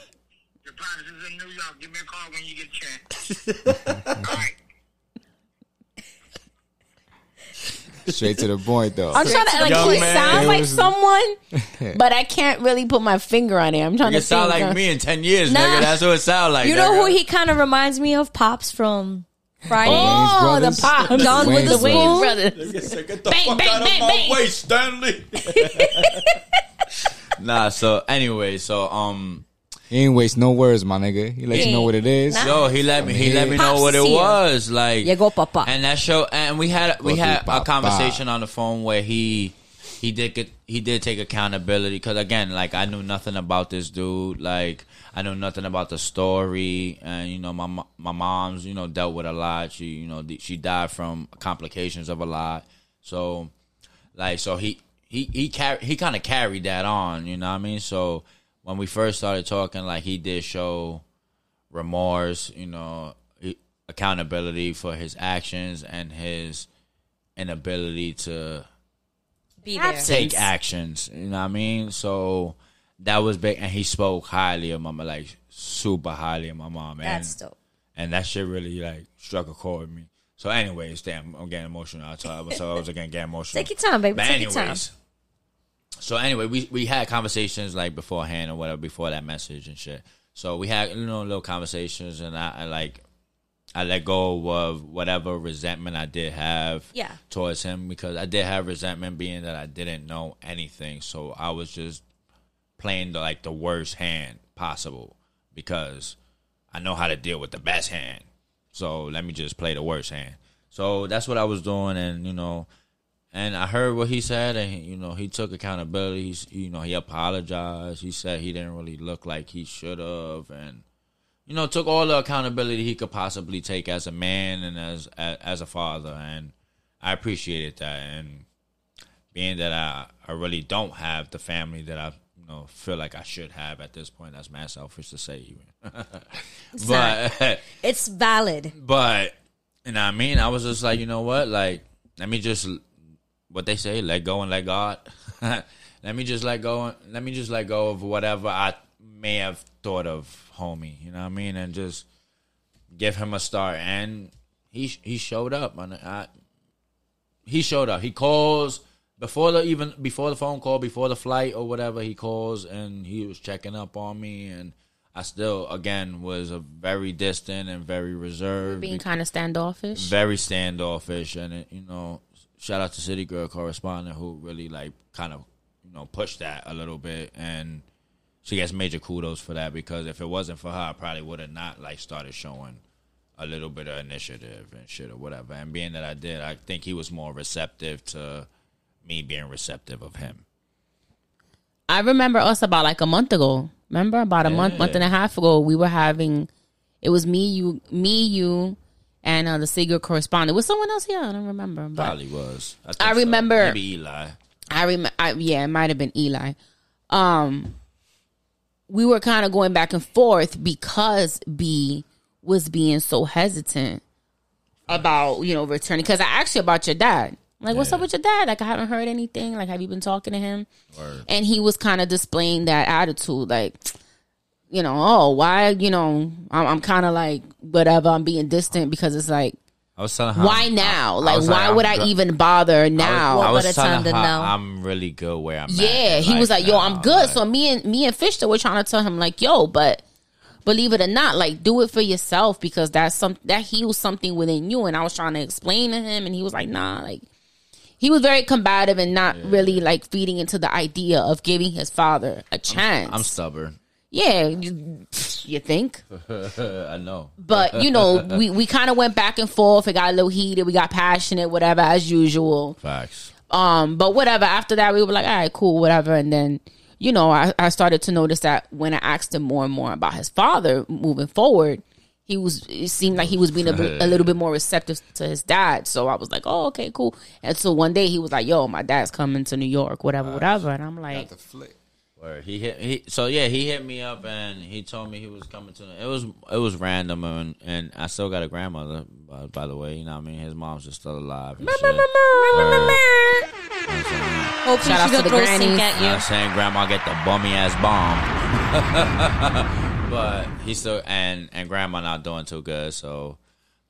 man. Your pops is in New York. Give me a call when you get a chance. All right.
Straight to the point, though.
I'm trying to like
Young
he
man.
sounds
It
like
was-
someone, but I can't really put my finger on it. I'm trying
Nigga
to
sound
think,
like
uh,
me in ten years,
Nah.
nigga. That's what it sound like.
You know
nigga.
who he kind of reminds me of? Pops from Friday.
Oh, the
Wayne's
pop,
brothers.
John
Wayne's
Witherspoon.
brothers.
brothers.
Nigga said, Get the
Bang,
fuck
bang,
out
bang,
of my
bang.
way, Stanley. nah. So anyway, so um,
He ain't waste no words, my nigga. He let you know what it is.
Nah.
yo, he let me, he let me know what it
Popsia.
was like.
Yeah, go, Papa.
And that show, and we had we
Go
had
through
a
Papa.
conversation on the phone where he he did get he did take accountability because again, like I knew nothing about this dude. Like I knew nothing about the story, and you know my mo- my mom's you know dealt with a lot. She you know di- she died from complications of a lot. So like so he he he car- he kind of carried that on. You know what I mean? So when we first started talking, like he did show remorse, you know, he- accountability for his actions and his inability to
be there.
take actions. You know what I mean? So that was big, and he spoke highly of Mama, like super highly of my mom. And,
That's dope.
And that shit really like struck a chord with me. So, anyways, damn, I'm getting emotional. I told I was, I was again getting emotional.
Take your time, baby.
But
Take your time.
anyways, so anyway, we we had conversations like beforehand or whatever before that message and shit. So we had you know little conversations, and I, I like I let go of whatever resentment I did have
Yeah.
towards him because I did have resentment being that I didn't know anything, so I was just playing the like the worst hand possible because I know how to deal with the best hand. So let me just play the worst hand. So that's what I was doing, and you know, and I heard what he said, and you know, he took accountability. He's, you know, he apologized. He said he didn't really look like he should have, and you know, took all the accountability he could possibly take as a man and as as, as a father. And I appreciated that. And being that I, I really don't have the family that I you know feel like I should have at this point, that's mad selfish to say even. but
It's valid.
but you know what I mean? I was just like, you know what? Like, let me just what they say, let go and let God. let me just let go. and- Let me just let go of whatever I may have thought of, homie. You know what I mean? And just give him a start. And he he showed up. And I, he showed up. He calls before the even before the phone call, before the flight or whatever. He calls and he was checking up on me. And I still again was a very distant and very reserved
Being kind of standoffish.
very standoffish, and it, you know, shout out to City Girl correspondent who really like kind of you know pushed that a little bit, and she gets major kudos for that because if it wasn't for her, I probably would have not like started showing a little bit of initiative and shit or whatever. And being that I did, I think he was more receptive to me being receptive of him.
I remember us about like a month ago. Remember about a month, month and a half ago, we were having. It was me, you, me, you, and uh, the Seagull correspondent. Was someone else here? I don't remember. But
Probably was. think
I
so.
remember-
maybe Eli.
I remember. I, yeah, it might have been Eli. Um, we were kind of going back and forth because B was being so hesitant about you know returning. Because I asked you about your dad. Like, what's up with your dad? Like, I haven't heard anything. Like, have you been talking to him? And he was kind of displaying that attitude, like, you know, oh, why, you know, I'm, I'm kind of like whatever. I'm being distant because it's like,
I was telling her
why
I'm-
now?
I- I
like,
was
why
I'm
would I
dr-
even bother now?
I was
better
telling
time
her
than now?
I'm really good where I'm. at
Yeah,
in
he was
life
like, "Yo,
now."
I'm good." so me and me and Fisher were trying to tell him like, "Yo, but believe it or not, like do it for yourself because that's some that heals something within you." And I was trying to explain to him, and he was like, "Nah," like he was very combative and not really like feeding into the idea of giving his father a chance.
I'm stubborn.
yeah, you, you think?
Uh, I know.
But you know, we we kind of went back and forth. It got a little heated. We got passionate, whatever, as usual.
Facts.
Um, but whatever. After that, we were like, all right, cool, whatever. And then, you know, I, I started to notice that when I asked him more and more about his father moving forward, he was it seemed like he was being a, bit- a little bit more receptive to his dad. So I was like, oh, okay, cool. And so one day he was like, yo, my dad's coming to New York, whatever, whatever. And I'm like,
Where he hit he so yeah, he hit me up and he told me he was coming to it was it was random and and I still got a grandmother by, by the way, you know what I mean? His mom's just still alive. And shit. You know what I'm saying?
Hopefully
Shout out
she
to
don't
the
throw sink
grannies.
You know what I'm
at
saying grandma get the bummy ass bomb. but he still and and grandma not doing too good, so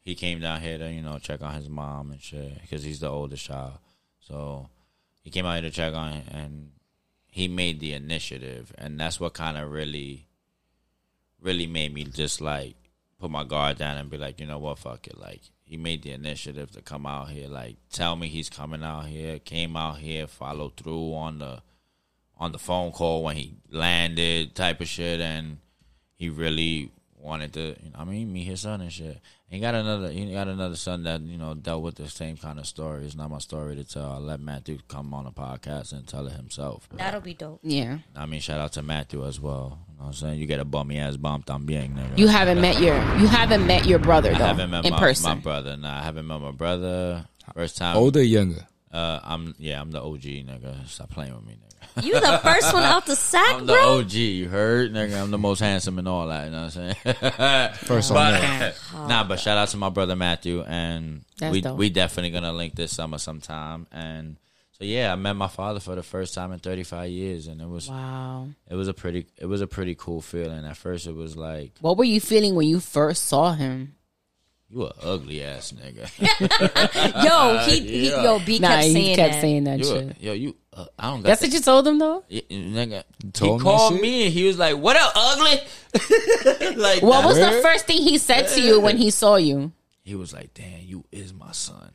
he came down here to you know check on his mom and shit because he's the oldest child. So he came out here to check on it, and he made the initiative, and that's what kind of really, really made me just like put my guard down and be like, you know what, fuck it. Like he made the initiative to come out here, like tell me he's coming out here, came out here, followed through on the on the phone call when he landed, type of shit, and he really wanted to. You know, I mean, meet his son and shit. And he got another. He got another son that you know dealt with the same kind of story. It's not my story to tell. I let Matthew come on the podcast and tell it himself.
you. That'll be dope.
yeah,
I mean, shout out to Matthew as well. You know what I'm saying? You get a bummy ass bump, I'm being nigga.
you haven't met your you haven't met your brother
I
though
haven't met
in
my,
person.
my brother. Nah, I haven't met my brother. First time.
Older, younger.
Uh, I'm yeah. I'm the OG nigga. Stop playing with me, nigga.
You the first one out the sack,
I'm the
bro.
OG. You heard, nigga. I'm the most handsome and all that. You know what I'm saying?
First on
but
that.
nah, but shout out to my brother Matthew, and
Oh, That's
we
dope.
we definitely gonna link this summer sometime. And So yeah, I met my father for the first time in 35 years, and it was
Wow.
it was a pretty it was a pretty cool feeling. At first, it was like
What were you feeling when you first saw him?
you a ugly ass nigga.
Yo, he, he
yeah.
yo, B kept
he
saying
kept
that.
saying that
you a,
shit.
yo, you uh, I don't got
That's
the-
what you told him though.
Yeah, nigga. he
told him that
called
shit?
me and he was like, "What up, ugly?" like
What was the
Word?
first thing he said to you when he saw you?
he was like, "Damn, you is my son."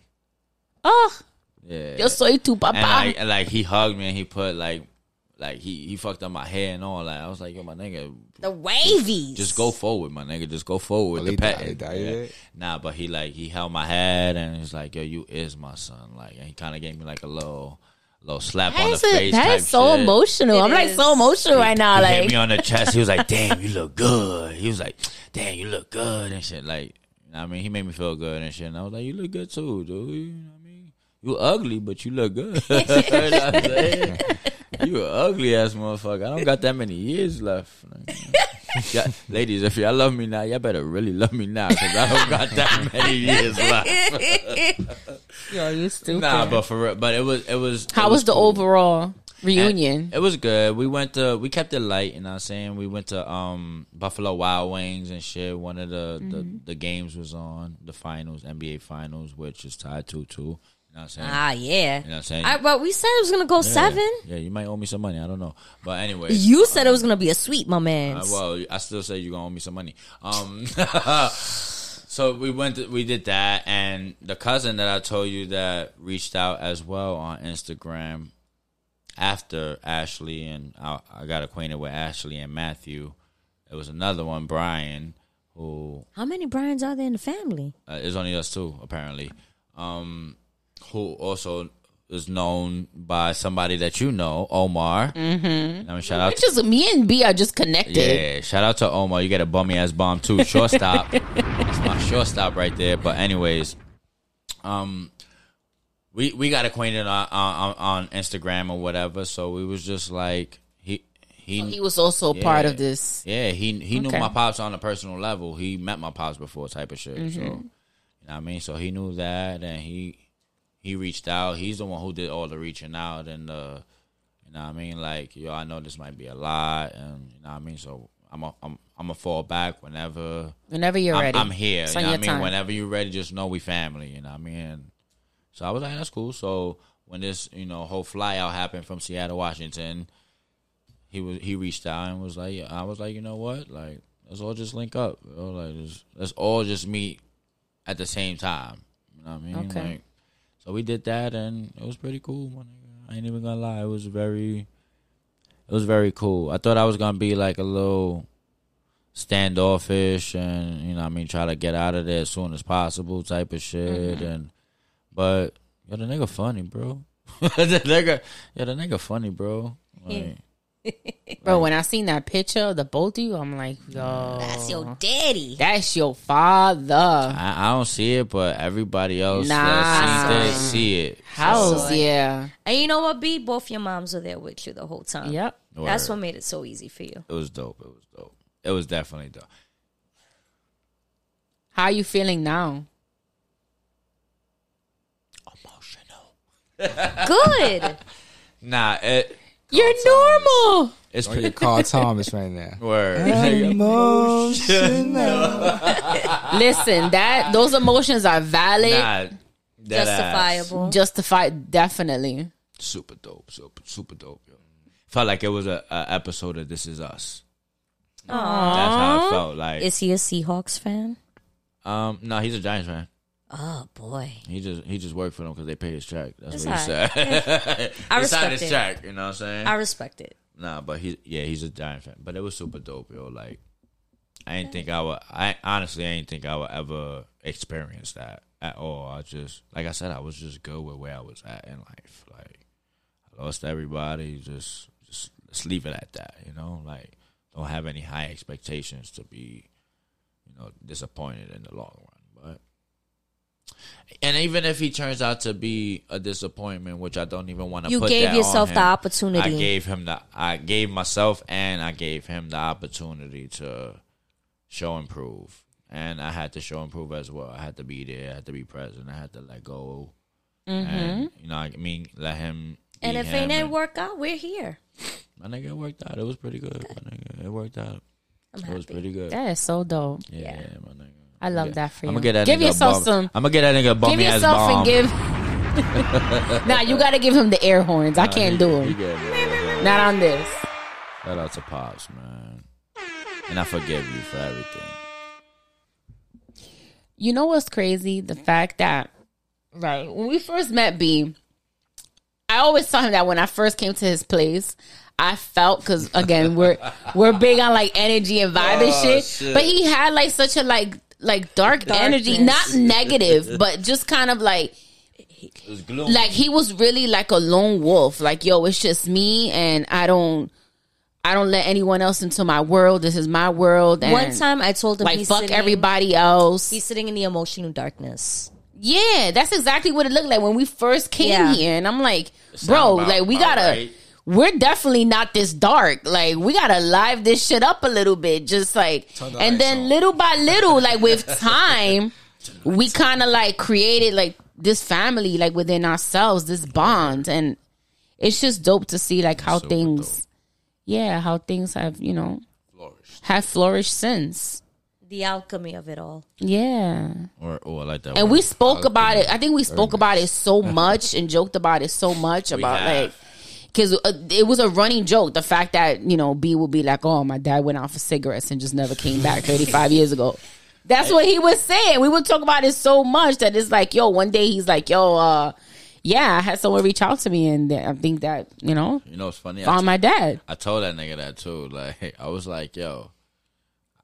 Oh,
Yeah.
yo soy tu papá.
and like, and, like he hugged me and he put like like he he fucked up my hair and all. Like I was like, "Yo, my nigga,
The wavies.
just go forward, my nigga, just go forward."
Oh,
The
he
pet-
died, died,
yeah.
yeah.
Nah, but he like he held my head and he was like, "Yo, you is my son." Like and he kind of gave me like a little little slap
that
on the
is,
face.
a, that
type
is so
shit.
emotional.
It
I'm like
is.
so emotional right now.
He
Like
hit me on the chest. He was like, "Damn, you look good." He was like, "Damn, you look good" and shit. Like, you know what I mean, he made me feel good and shit. And I was like, "You look good too, dude." You know what I mean, you ugly, but you look good. You know what I'm saying? you an ugly ass motherfucker. I don't got that many years left. Yeah, ladies, if y'all love me now, y'all better really love me now because I don't got that many years left.
yo, you stupid.
Nah, but for real, but it was it was. it
How was, the
cool.
overall reunion?
It was good. We went to we kept it light, you know what I'm saying? We went to um Buffalo Wild Wings and shit. One of the
Mm-hmm.
the, the games was on, the finals, NBA finals, which is tied two two. You know what I'm saying?
Ah, yeah.
You know what I'm saying?
I, well, we said it was gonna go
Yeah.
seven.
Yeah, you might owe me some money. I don't know. But anyway.
You said it was gonna be a sweep, my man.
Uh, well, I still say you're gonna owe me some money. Um, so we went, to, we did that, and the cousin that I told you that reached out as well on Instagram after Ashley and I, I got acquainted with Ashley and Matthew. There was another one, Brian, who
How many Brian's are there in the family?
uh, it's only us two apparently. Um, who also is known by somebody that you know, Omar. Mm-hmm. I mean, shout out
It's just me and B are just connected.
yeah, shout out to Omar. You got a bummy ass bomb too. Shortstop. That's my shortstop right there. But anyways, um, we we got acquainted on on, on Instagram or whatever. So we was just like he he.
He was also a
Yeah.
part of this.
yeah, he he knew
Okay.
my pops on a personal level. He met my pops before, type of shit.
Mm-hmm.
So, you know what I mean? So he knew that, and he he reached out. He's the one who did all the reaching out and uh you know what I mean? Like, yo, I know this might be a lot and you know what I mean? So I'm a, I'm I'm a fall back whenever
Whenever you're
I'm,
ready,
I'm here.
It's
you
on
know what I
your
mean?
time.
Whenever you're ready, just know we family, you know what I mean? And so I was like, that's cool. So when this, you know, whole fly out happened from Seattle, Washington, he was he reached out and was like, I was like, you know what? Like, let's all just link up. bro. Like let's, let's all just meet at the same time. You know what I mean?
Okay.
Like, so we did that and it was pretty cool, my nigga. I ain't even gonna lie. It was very it was very cool. I thought I was gonna be like a little standoffish and you know what I mean try to get out of there as soon as possible type of shit and but yo the nigga funny bro the nigga yeah the nigga funny bro Like,
bro. When I seen that picture of the both of you, I'm like, yo,
That's your daddy.
that's your father.
I, I don't see it but everybody else
Nah.
that sees that see it
House,
So-
yeah,
And you know what, B? Both your moms were there with you the whole time.
yep.
That's
Word.
what made it so easy for you.
it was dope it was dope it was definitely dope
How you feeling now?
Oh, emotional
Good.
nah it
You're normal.
it's
Don't you
pretty
call Thomas right now.
word
Oh, Listen, that those emotions are valid,
nah, dead ass.
Justifiable.
justified, definitely.
super dope super super dope yo. felt like it was a, a episode of This Is Us that's how it felt like
Is he a Seahawks fan?
Um, no, he's a Giants fan.
Oh boy.
He just he just worked for them because they pay his check. That's
It's
what he
all right.
said.
I
he
respect
signed his
it.
check. You know what I'm saying?
I respect it.
nah, but he yeah he's a Giants fan. But it was super dope, yo. Like I didn't think I would. I honestly I didn't think I would ever experience that at all. I just like I said, I was just good with where I was at in life. Like I lost everybody. Just just let's leave it at that. You know, like don't have any high expectations to be you know disappointed in the long run. But and even if he turns out to be a disappointment, which I don't even want to,
You
put
gave
that on
yourself
him,
the opportunity.
I gave him the. I gave myself and I gave him the opportunity to show and prove, and I had to show and prove as well. I had to be there. I had to be present. I had to let go And,
Mm-hmm.
you know, I mean, let him.
And
eat
if
him
it
and-
ain't work out, we're here.
my nigga, it worked out. It was pretty good. My nigga, it worked out.
I'm
It was
happy.
pretty good.
That is so dope.
Yeah, my nigga.
I love that for you.
I'm gonna get that.
give
nigga
yourself some.
I'm gonna get that nigga a bum
Give
ass
yourself
bomb.
and give. nah, you gotta give him the air horns. I can't do
He
them.
good, nigga.
Not on this.
Shout out to pops, man. And I forgive you for everything.
You know what's crazy? The fact that, right, when we first met B, I always tell him that when I first came to his place, I felt because again we're we're big on like energy and vibe and
Oh,
shit, but he had like such a like like dark energy, not negative, but just kind of like
It was gloomy.
like he was really like a lone wolf like yo it's just me and i don't i don't let anyone else into my world this is my world and
One time I told him
like
he's
fuck
sitting,
everybody else
He's sitting in the emotional darkness.
yeah that's exactly what it looked like when we first came
Yeah.
here and i'm like
sound
bro
about-
like we
about
gotta
right.
we're definitely not this dark like we gotta live this shit up a little bit just like
the
and
lights
then
on.
little by little like with time we kind of like created like this family like within ourselves this bond and it's just dope to see like how
Super
things yeah how things have you know
Flourished.
have flourished since
The alchemy of it all.
yeah
Or, oh, I like that.
and
word.
we spoke about it i think we spoke about it so much and joked about it so much about
have.
like because it was a running joke the fact that you know b will be like oh my dad went out for cigarettes and just never came back 35 years ago that's what he was saying we would talk about it so much that it's like yo one day he's like yo uh yeah i had someone reach out to me and i think that you know
you know, it's funny. I
found my dad
I told that nigga that too. Like I was like, yo,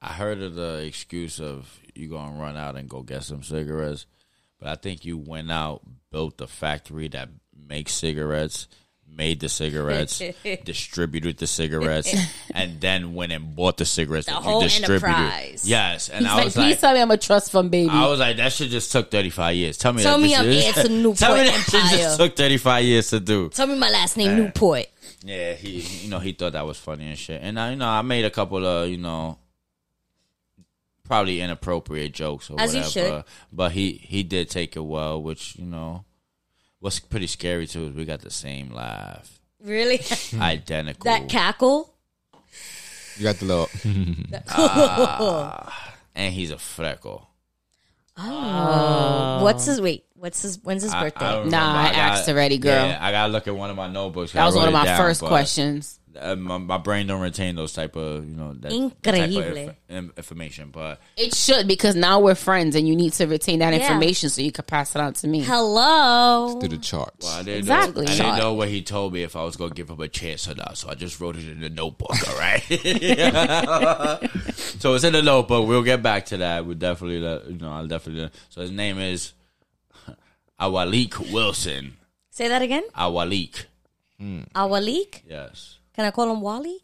I heard of the excuse of you gonna run out and go get some cigarettes, but I think you went out, built the factory that makes cigarettes, made the cigarettes, distributed the cigarettes, and then went and bought the cigarettes that
whole
you distributed.
enterprise.
Yes, and
he's
I
like
was
please
like.
tell me i'm a trust fund baby
I was like, that shit just took thirty five years. Tell me,
Tell
that
me
this
I'm
is-
heir to
Tell me
Newport
that shit
Empire.
just took thirty five years to do.
Tell me my last name, Newport.
Yeah, he you know he thought that was funny and shit. And I you know I made a couple of you know probably inappropriate jokes or
As you
whatever.
should.
But he he did take it well, which you know what's pretty scary too is we got the same laugh,
Really?
identical.
that cackle?
You got the little.
and he's a freckle.
What's his wait? What's his when's his birthday?
don't remember.
Nah, I
got-
asked already, girl.
Yeah, I gotta look at one of my notebooks.
that was
I wrote
one of
it
my
down,
first
but,
questions
uh, my, my brain don't retain those type of you know that, that type of
Increíble.
inf- in- information. But
It should because now we're friends and you need to retain that
Yeah.
information so you can pass it on to me.
Hello.
Do the charts.
I didn't
Exactly.
Know, I
Shot.
didn't know what he told me if I was gonna give him a chance or not, so I just wrote it in the notebook. All right. so it's in the notebook. We'll get back to that. We definitely, let, you know, I'll definitely. So his name is Awalik Wilson.
Say that again.
Awalik.
Awalik?
Yes.
Can I call him Wally?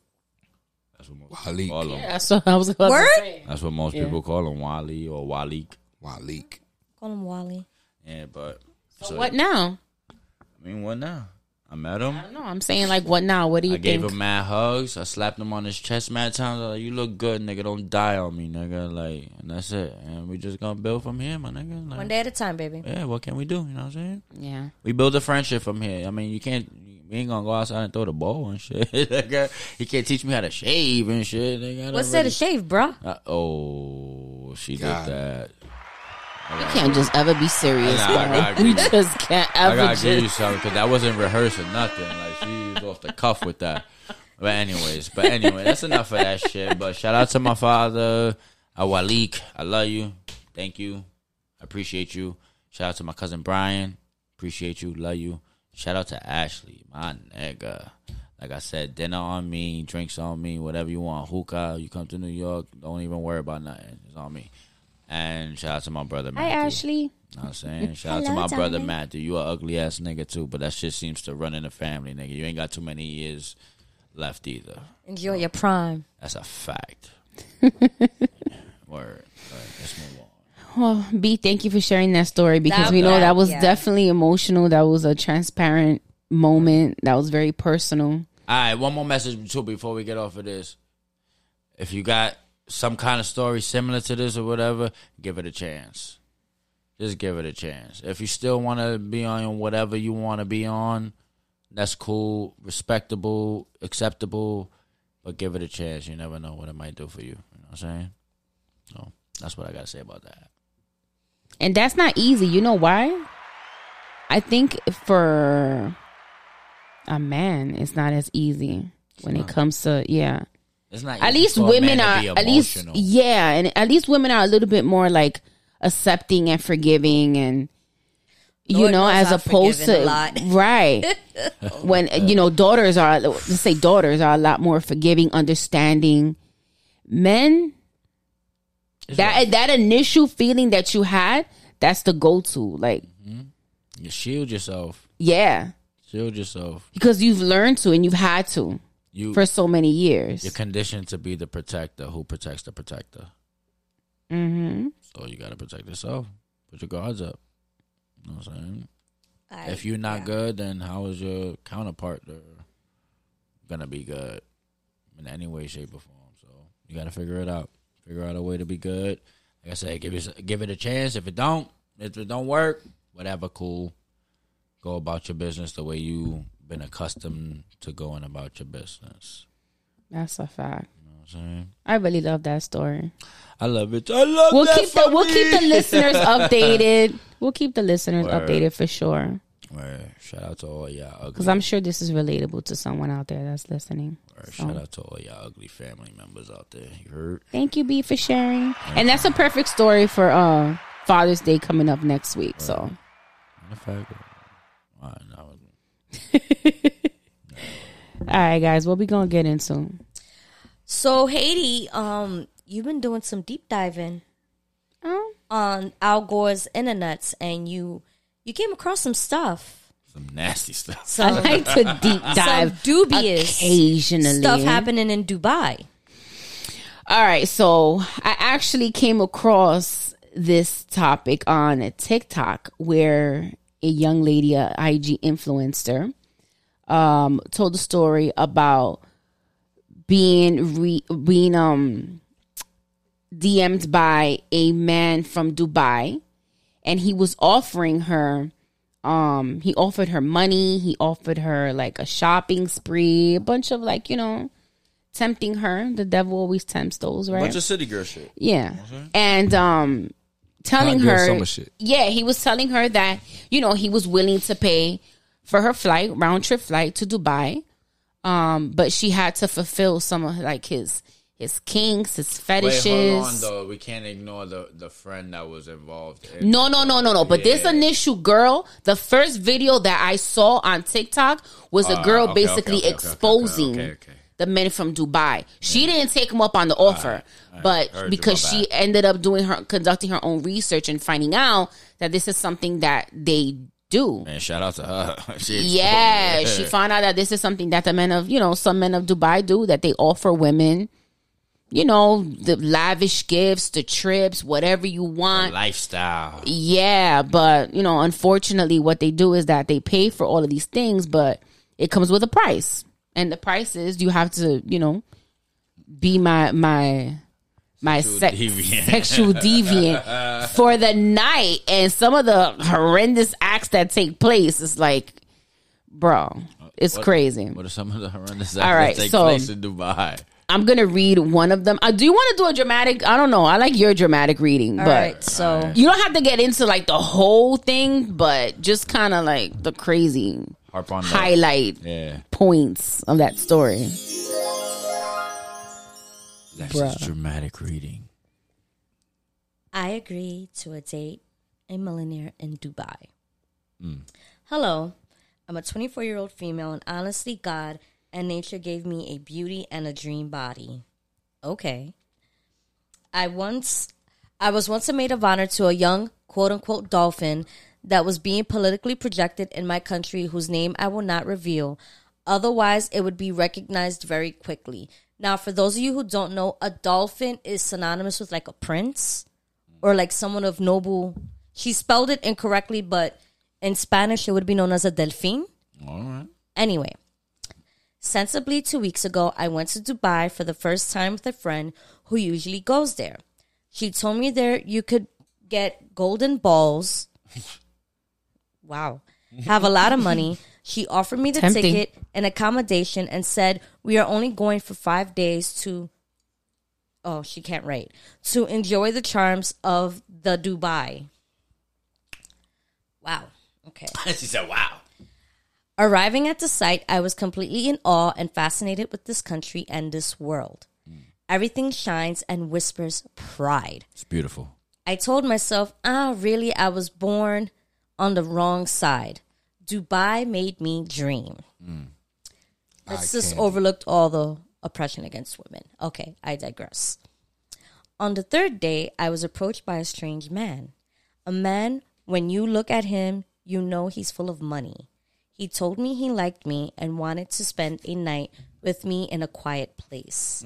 That's what most
Walik.
call him.
That's what I was about
Word?
to say.
That's what most people call him, Wali or Walik.
Walik.
Call him Wally.
Yeah, but so,
What now?
I mean, what now? I met him.
I don't know. I'm saying like what now? What do you
I
think?
gave him mad hugs. I slapped him on his chest mad times. I was like, you look good, nigga. Don't die on me, nigga. Like, and that's it. And we just gonna build from here, my nigga. Like,
One day at a time, baby.
yeah, what can we do? You know what I'm saying?
yeah.
We build a friendship from here. I mean, you can't. We ain't gonna go outside and throw the ball and shit. nigga. He can't teach me how to shave and shit. Nigga. I
What's
don't
there to shave, bruh?
really- Uh, oh, she
God.
did that.
You can't just ever be serious.
Nah, I
bro.
gotta
we
give you-
just can't
I
ever
gotta give you
just.
something because that wasn't rehearsing nothing. Like she was off the cuff with that. But anyways, but anyway, that's enough of that shit. But shout out to my father, Awalik. I love you. Thank you. I appreciate you. Shout out to my cousin Brian. Appreciate you. Love you. Shout out to Ashley, my nigga. Like I said, dinner on me, drinks on me, whatever you want. Hookah, you come to New York, don't even worry about nothing. It's on me. And shout out to my brother,
Hi
Matthew.
Ashley.
You know what I'm saying? Shout out to my brother Matthew. You a ugly ass nigga too, but that shit seems to run in the family, nigga. You ain't got too many years left either.
Enjoy your prime.
That's a fact. Word. All right, let's move on.
Well, B, thank you for sharing that story because
That-
we know
that-
that was
yeah.
definitely emotional. That was a transparent moment. That was very personal.
All right, one more message too before we get off of this. If you got some kind of story similar to this or whatever, give it a chance. just give it a chance. If you still want to be on whatever you want to be on, that's cool, respectable, acceptable, but give it a chance. You never know what it might do for you. You know what I'm saying? So that's what I gotta say about that.
And that's not easy. You know why? I think for a man, it's not as easy when it comes to yeah.
It's not
At
easy
least
for a
women
man
are
to be
at least
emotional.
yeah, and at least women are a little bit more like accepting and forgiving and you
Lord
know
knows
as
I've
opposed
forgiven
to
a lot.
right when you know daughters are let's say daughters are a lot more forgiving, understanding. Men that that initial feeling that you had, that's the go to. Like
You shield yourself.
yeah,
Shield yourself.
because you've learned to and you've had to
You
for so many
you're
years.
conditioned to be the protector who protects the protector.
Mm-hmm.
hmm
So you gotta protect yourself. Put your guards up. You know what I'm saying?
I-
If you're not
yeah.
good, then how is your counterpart there gonna be good in any way, shape, or form? So you gotta figure it out. Figure out a way to be good. Like I said, give it give it a chance. If it don't, if it don't work, whatever, cool. Go about your business the way you've been accustomed to going about your business.
That's a fact.
You know what I'm saying?
I really love that story.
I love it. I love
We'll
that
keep the
for
we'll keep the
me.
listeners updated. We'll keep the listeners
Word.
updated for sure.
Word. Shout out to all y'all ugly.
Because I'm sure this is relatable to someone out there that's listening.
Word.
So,
Shout out to all y'all ugly family members out there. You heard?
Thank you, B, for sharing. And that's a perfect story for uh Father's Day coming up next week. So
In fact, uh, all right, now
all right guys, what we gonna get into?
So Haiti, um, you've been doing some deep diving
Oh,
on Al Gore's internets, and you you came across some stuff.
some nasty stuff.
I
Some
like to deep dive
dubious
occasionally.
stuff happening in Dubai.
All right, so I actually came across this topic on TikTok where a young lady, a IG influencer, um, told the story about being re- being um DM'd by a man from Dubai, and he was offering her um he offered her money, he offered her like a shopping spree, a bunch of like you know tempting her. The devil always tempts those, right?
city girl shit.
Yeah. And um telling
Hot girl
her
summer shit.
Yeah, he was telling her that, you know, he was willing to pay for her flight, round trip flight to Dubai. Um, but she had to fulfill some of like his his kinks, his
Wait,
fetishes.
hold on though. We can't ignore the the friend that was involved. In
No, no, no, no, no. But this initial girl, the first video that I saw on TikTok was a
Uh,
girl
okay, okay,
basically
okay, okay, okay, okay,
exposing
okay, okay.
the men from Dubai. She didn't take him up on the offer,
Heard
but
you,
because
my
she ended up doing her conducting her own research and finding out that this is something that they do.
Man, shout out to her. She
Yeah,
exposed
she
it.
found out that this is something that the men of you know some men of Dubai do that they offer women, you know, the lavish gifts, the trips, whatever you want.
lifestyle.
Yeah, but you know, unfortunately, what they do is that they pay for all of these things, but it comes with a price, and the price is you have to, you know, be my my my sex,
deviant.
sexual deviant for the night, and some of the horrendous acts that take place is like, bro, it's crazy.
What are some of the horrendous
All right,
acts that take
so-
place in Dubai?
I'm gonna read one of them. Uh, do you want to do a dramatic? I don't know. I like your dramatic reading,
All
but.
right, so
You don't have to get into like the whole thing, but just kind of like the crazy
Harp on that.
highlight
Yeah,
points of that story.
that's
Bruh.
dramatic reading.
I agree to a date a millionaire in Dubai. Hello, I'm a 24 year old female, and honestly, God and nature gave me a beauty and a dream body. Okay. I once, I was once a maid of honor to a young quote unquote dolphin that was being politically projected in my country, whose name I will not reveal. Otherwise, it would be recognized very quickly. Now, for those of you who don't know, a dolphin is synonymous with like a prince or like someone of noble. She spelled it incorrectly, but in Spanish it would be known as a delfín.
All right.
Anyway, sensibly two weeks ago, I went to Dubai for the first time with a friend who usually goes there. She told me there you could get golden balls. Wow. Have a lot of money. She offered me the
Tempting.
ticket and accommodation and said, We are only going for five days to, oh, she can't write, to enjoy the charms of the Dubai. Wow. Okay.
she said, "Wow."
Arriving at the site, I was completely in awe and fascinated with this country and this world. Everything shines and whispers pride.
It's beautiful.
I told myself, ah, really, I was born on the wrong side. Dubai made me dream. Let's just overlooked all the oppression against women. Okay, I digress. On the third day, I was approached by a strange man. A man, when you look at him, you know he's full of money. He told me he liked me and wanted to spend a night with me in a quiet place.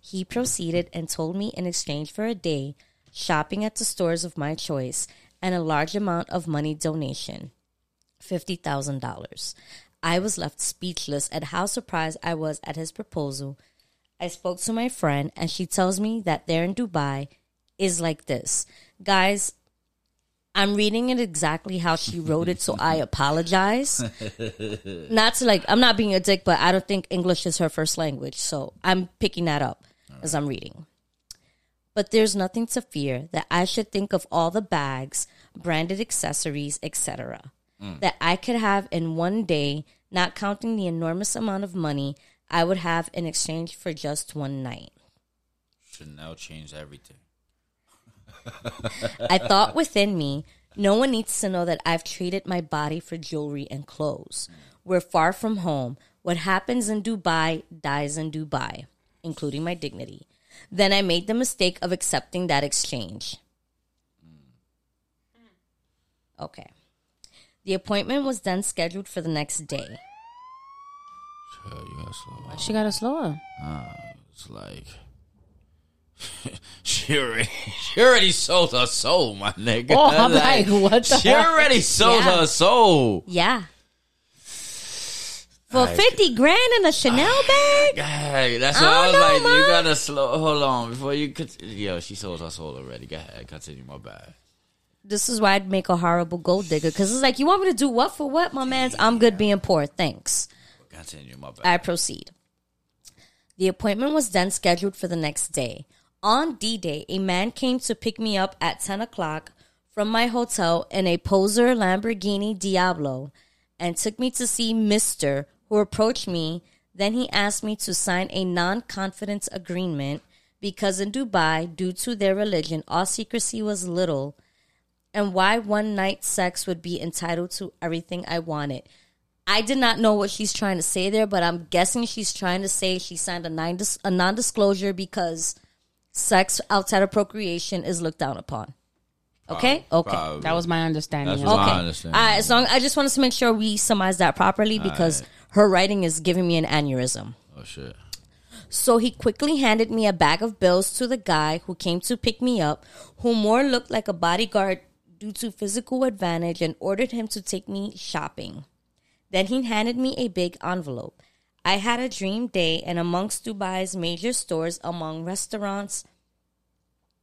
He proceeded and told me in exchange for a day shopping at the stores of my choice and a large amount of money donation $50,000. I was left speechless at how surprised I was at his proposal. I spoke to my friend, and she tells me that there in Dubai is like this. Guys, I'm reading it exactly how she wrote it, so I apologize. not to like, I'm not being a dick, but I don't think English is her first language, so I'm picking that up as I'm reading. But there's nothing to fear that I should think of all the bags, branded accessories, etc. that I could have in one day, not counting the enormous amount of money I would have in exchange for just one night.
Chanel changed everything.
I thought within me, no one needs to know that I've traded my body for jewelry and clothes. We're far from home. What happens in Dubai dies in Dubai, including my dignity. Then I made the mistake of accepting that exchange. Okay. The appointment was then scheduled for the next day.
She got a slower.
It's like she already, she already sold her soul, my nigga.
Oh, I'm like, what the
She
hell?
already sold
Yeah.
her soul.
Yeah. For 50 grand in a Chanel bag?
Hey, that's
I
what I,
don't know,
was like. You
Ma.
gotta slow. Hold on before you. Continue. Yo, she sold her soul already. Go ahead, continue. My bad.
this is why I'd make a horrible gold digger because it's like you want me to do what for what, my man's. I'm good being poor, thanks.
Continue. My bad.
I proceed. The appointment was then scheduled for the next day. On D Day, a man came to pick me up at 10 o'clock from my hotel in a poser Lamborghini Diablo and took me to see Mr., who approached me. Then he asked me to sign a non confidence agreement because in Dubai, due to their religion, all secrecy was little, and why one night sex would be entitled to everything I wanted. I did not know what she's trying to say there, but I'm guessing she's trying to say she signed a, nine dis- a non-disclosure because sex outside of procreation is looked down upon. Okay,
Um,
okay,
Probably.
That was my understanding.
That's
of it.
what I
okay.
understand.
I, as long, I just wanted to make sure we summarize that properly because her writing is giving me an aneurysm.
oh shit.
So he quickly handed me a bag of bills to the guy who came to pick me up, who more looked like a bodyguard due to physical advantage, and ordered him to take me shopping. Then he handed me a big envelope. I had a dream day, and amongst Dubai's major stores, among restaurants,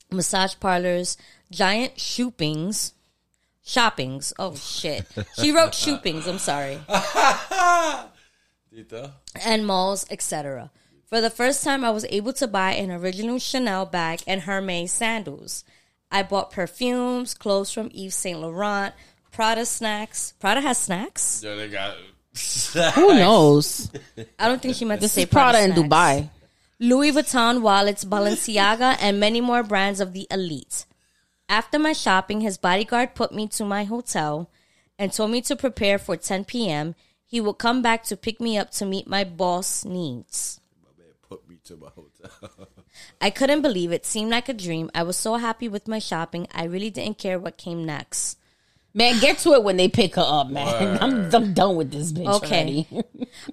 massage parlors, giant shoppings, shoppings. Oh shit! She wrote shoppings. I'm sorry
Oh,
and malls, etc. For the first time, I was able to buy an original Chanel bag and Hermes sandals. I bought perfumes, clothes from Yves Saint Laurent, Prada snacks. Prada has snacks.
Yo, they got.
Who knows?
I don't think she meant to
This
say
is Prada in
snacks.
Dubai.
Louis Vuitton wallets, Balenciaga, and many more brands of the elite. After my shopping, his bodyguard put me to my hotel and told me to prepare for 10 p.m. He will come back to pick me up to meet my boss needs. I couldn't believe it. Seemed like a dream. I was so happy with my shopping. I really didn't care what came next.
Man, get to it when they pick her up, man. I'm, I'm done with this bitch.
Okay.
Okay.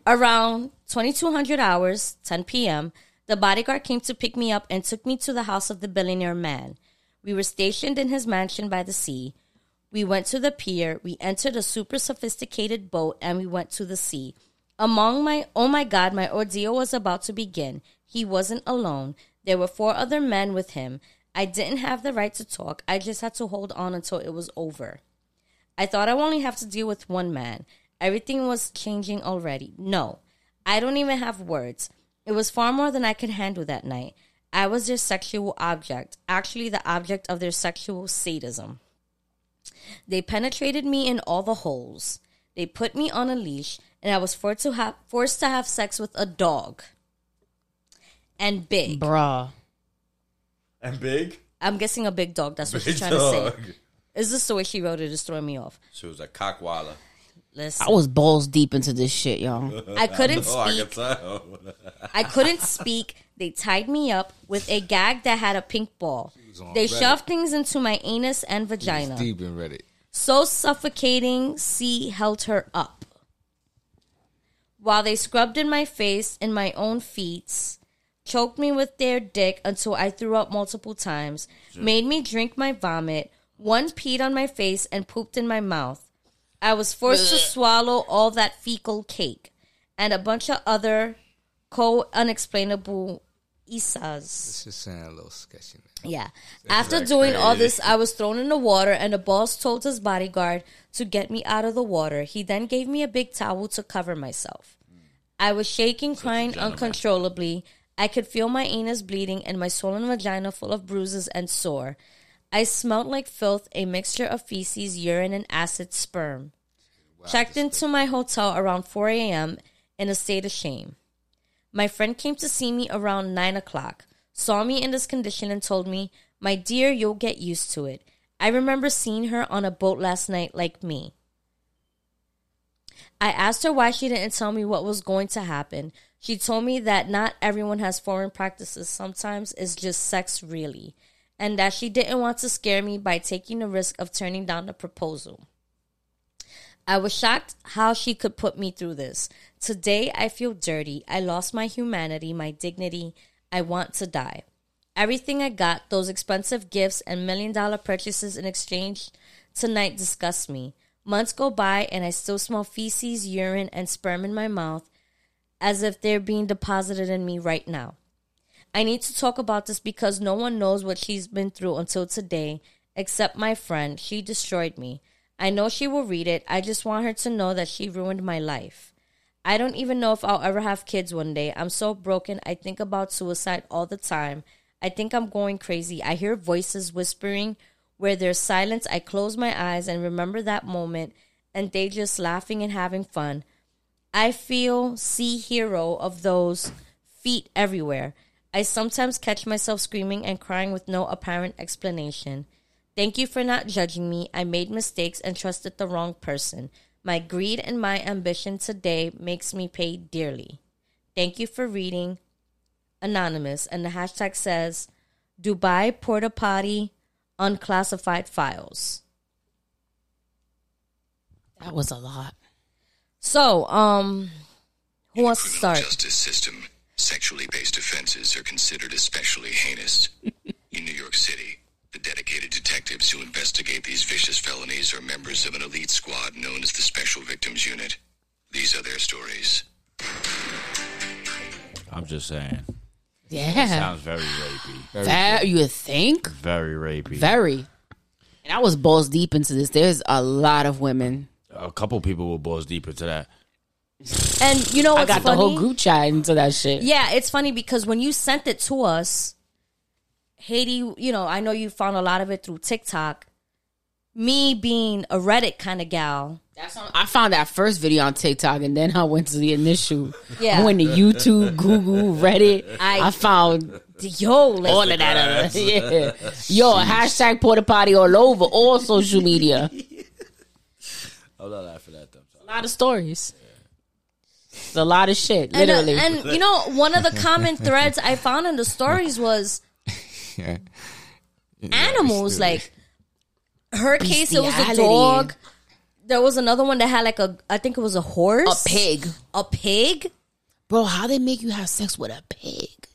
Around 2200 hours, 10 p.m., the bodyguard came to pick me up and took me to the house of the billionaire man. We were stationed in his mansion by the sea. We went to the pier, we entered a super sophisticated boat, and we went to the sea. Among my, oh my God, my ordeal was about to begin. He wasn't alone. There were four other men with him. I didn't have the right to talk. I just had to hold on until it was over. I thought I would only have to deal with one man. Everything was changing already. No, I don't even have words. It was far more than I could handle that night. I was their sexual object, actually, the object of their sexual sadism. They penetrated me in all the holes. They put me on a leash, and I was forced to have forced to have sex with a dog. And big.
Bruh.
And big.
I'm guessing a big dog. That's what she's trying to say. Is this the way she wrote it? Is throwing me off.
She was a cockwaller.
Listen,
I was balls deep into this shit, y'all.
I couldn't
Oh, I can
speak.
tell.
I couldn't speak. They tied me up with a gag that had a pink ball. They shoved things into my anus and vagina.
Deep in Reddit.
So suffocating, C held her up. While they scrubbed in my face and my own feet, choked me with their dick until I threw up multiple times, made me drink my vomit, one peed on my face and pooped in my mouth. I was forced to swallow all that fecal cake and a bunch of other co unexplainable isas.
This is sound a little sketchy.
Yeah. After doing all this, I was thrown in the water, and the boss told his bodyguard to get me out of the water. He then gave me a big towel to cover myself. I was shaking, crying uncontrollably. I could feel my anus bleeding and my swollen vagina full of bruises and sore. I smelled like filth, a mixture of feces, urine, and acid sperm. Checked into my hotel around 4 a.m. in a state of shame. My friend came to see me around nine o'clock, saw me in this condition, and told me, My dear, you'll get used to it. I remember seeing her on a boat last night, like me. I asked her why she didn't tell me what was going to happen. She told me that not everyone has foreign practices, sometimes it's just sex, really, and that she didn't want to scare me by taking the risk of turning down the proposal. I was shocked how she could put me through this. Today I feel dirty. I lost my humanity, my dignity. I want to die. Everything I got, those expensive gifts and million dollar purchases in exchange tonight disgust me. Months go by and I still smell feces, urine, and sperm in my mouth as if they're being deposited in me right now. I need to talk about this because no one knows what she's been through until today, except my friend. She destroyed me. I know she will read it. I just want her to know that she ruined my life. I don't even know if I'll ever have kids one day. I'm so broken. I think about suicide all the time. I think I'm going crazy. I hear voices whispering. Where there's silence, I close my eyes and remember that moment, and they just laughing and having fun. I feel sea hero of those feet everywhere. I sometimes catch myself screaming and crying with no apparent explanation. Thank you for not judging me. I made mistakes and trusted the wrong person. My greed and my ambition today makes me pay dearly. Thank you for reading anonymous and the hashtag says Dubai porta potty unclassified files.
That was a lot.
So, um who wants to
criminal
start?
justice system, sexually based offenses are considered especially heinous. In New York City, the dedicated detectives who investigate these vicious felonies are members of an elite squad known as the Special Victims Unit. These are their stories.
I'm just saying.
Yeah.
Sounds very rapey.
That you would think?
Very rapey.
Very. And I was balls deep into this. There's a lot of women.
a couple people will balls deeper to that.
And you know
I
what's
got
funny?
the whole group chat into that shit.
Yeah, it's funny because when you sent it to us, Haiti, you know, I know you found a lot of it through TikTok. Me being a Reddit kind of gal.
That's on, I found that first video on TikTok, and then I went to the initial.
Yeah.
I went to YouTube, Google, Reddit. I,
I-
found
Yo, like,
all of that. other- Yeah. Yo, hashtag porta potty all over all social media.
I'm not laughing at them.
a lot of stories. It's a lot of shit,
and, uh,
literally.
and you know, one of the common threads I found in the stories was
Yeah.
animals. Like her case, it was a
Bestiality.
dog. There was another one that had like a, I think it was a
a
horse,
pig,
a pig.
bro. How they make you have sex with a pig?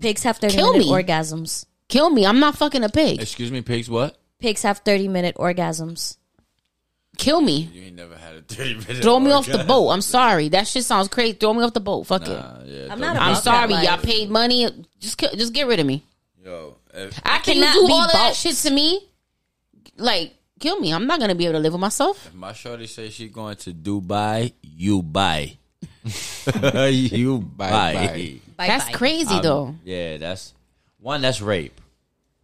Pigs have thirty
Kill
minute
me.
orgasms.
Kill me. I'm not fucking a pig.
Excuse me, pigs. What?
Pigs have thirty minute orgasms.
Kill me.
You ain't never had a thirty minute.
Throw me off the boat. I'm sorry. That shit sounds crazy. Throw me off the boat. Fuck it.
Yeah,
I'm not.
I'm
about that
sorry.
life.
Y'all paid money. Just kill, just get rid of me.
yo,
I can
cannot
you do
be
all of that
both.
shit to me. Like, kill me. I'm not gonna be able to live with myself.
My shorty say she going to Dubai. You buy. you buy.
Bye-bye.
Bye
that's
bye.
crazy
Um,
though.
Yeah, that's one. That's rape.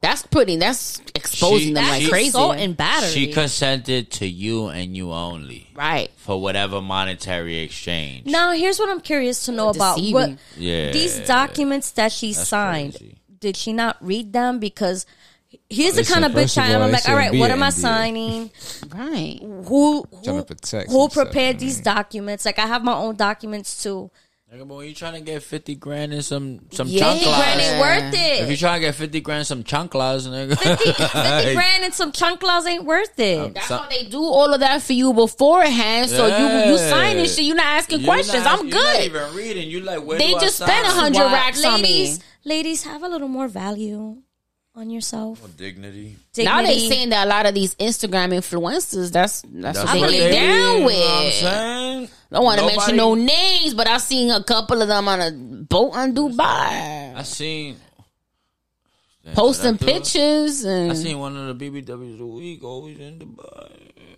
That's putting. That's exposing
She-
them
That's
like crazy.
Assault and battery.
She consented to you and you only
right.
for whatever monetary exchange.
Now, here's what I'm curious to know about what
Deceiving.
Yeah.
these documents that she signed.
crazy.
Did she not read them? Because here's the
Listen,
kind of bitch
first of
I am.
all,
I'm
it
like, all
shouldn't
right,
be
what
an
am I
NDA.
signing?
Right.
Who
Tryna
who,
protect
who
some stuff,
prepared these documents? Like, I have my own documents too.
Nigga, but when you trying to get fifty grand in some some
Yeah,
chunk
50 grand ain't
laws,
worth
if you
it.
trying to get fifty grand in some chunk laws, nigga,
50, 50 grand and some chunk laws ain't worth it.
That's
So-
how they do all of that for you beforehand. So you you
Yeah.
sign and shit. You're not asking
You
questions.
not-
I'm
you
good.
Not even reading. You like where
They
do I
just
sign?
spent 100
Why-
racks on me.
ladies, Ladies, have a little more value on yourself.
Dignity.
Now they
Dignity.
saying that a lot of these Instagram influencers, that's that's, what
I'm
they
what
get
they
down
You know what I'm
with.
saying?
I don't want to
Nobody-
mention no names, but I seen a couple of them on a boat on
I
Dubai,
seen
posting
Did I do it?
pictures, and
I seen one of the BBWs of the week always in Dubai.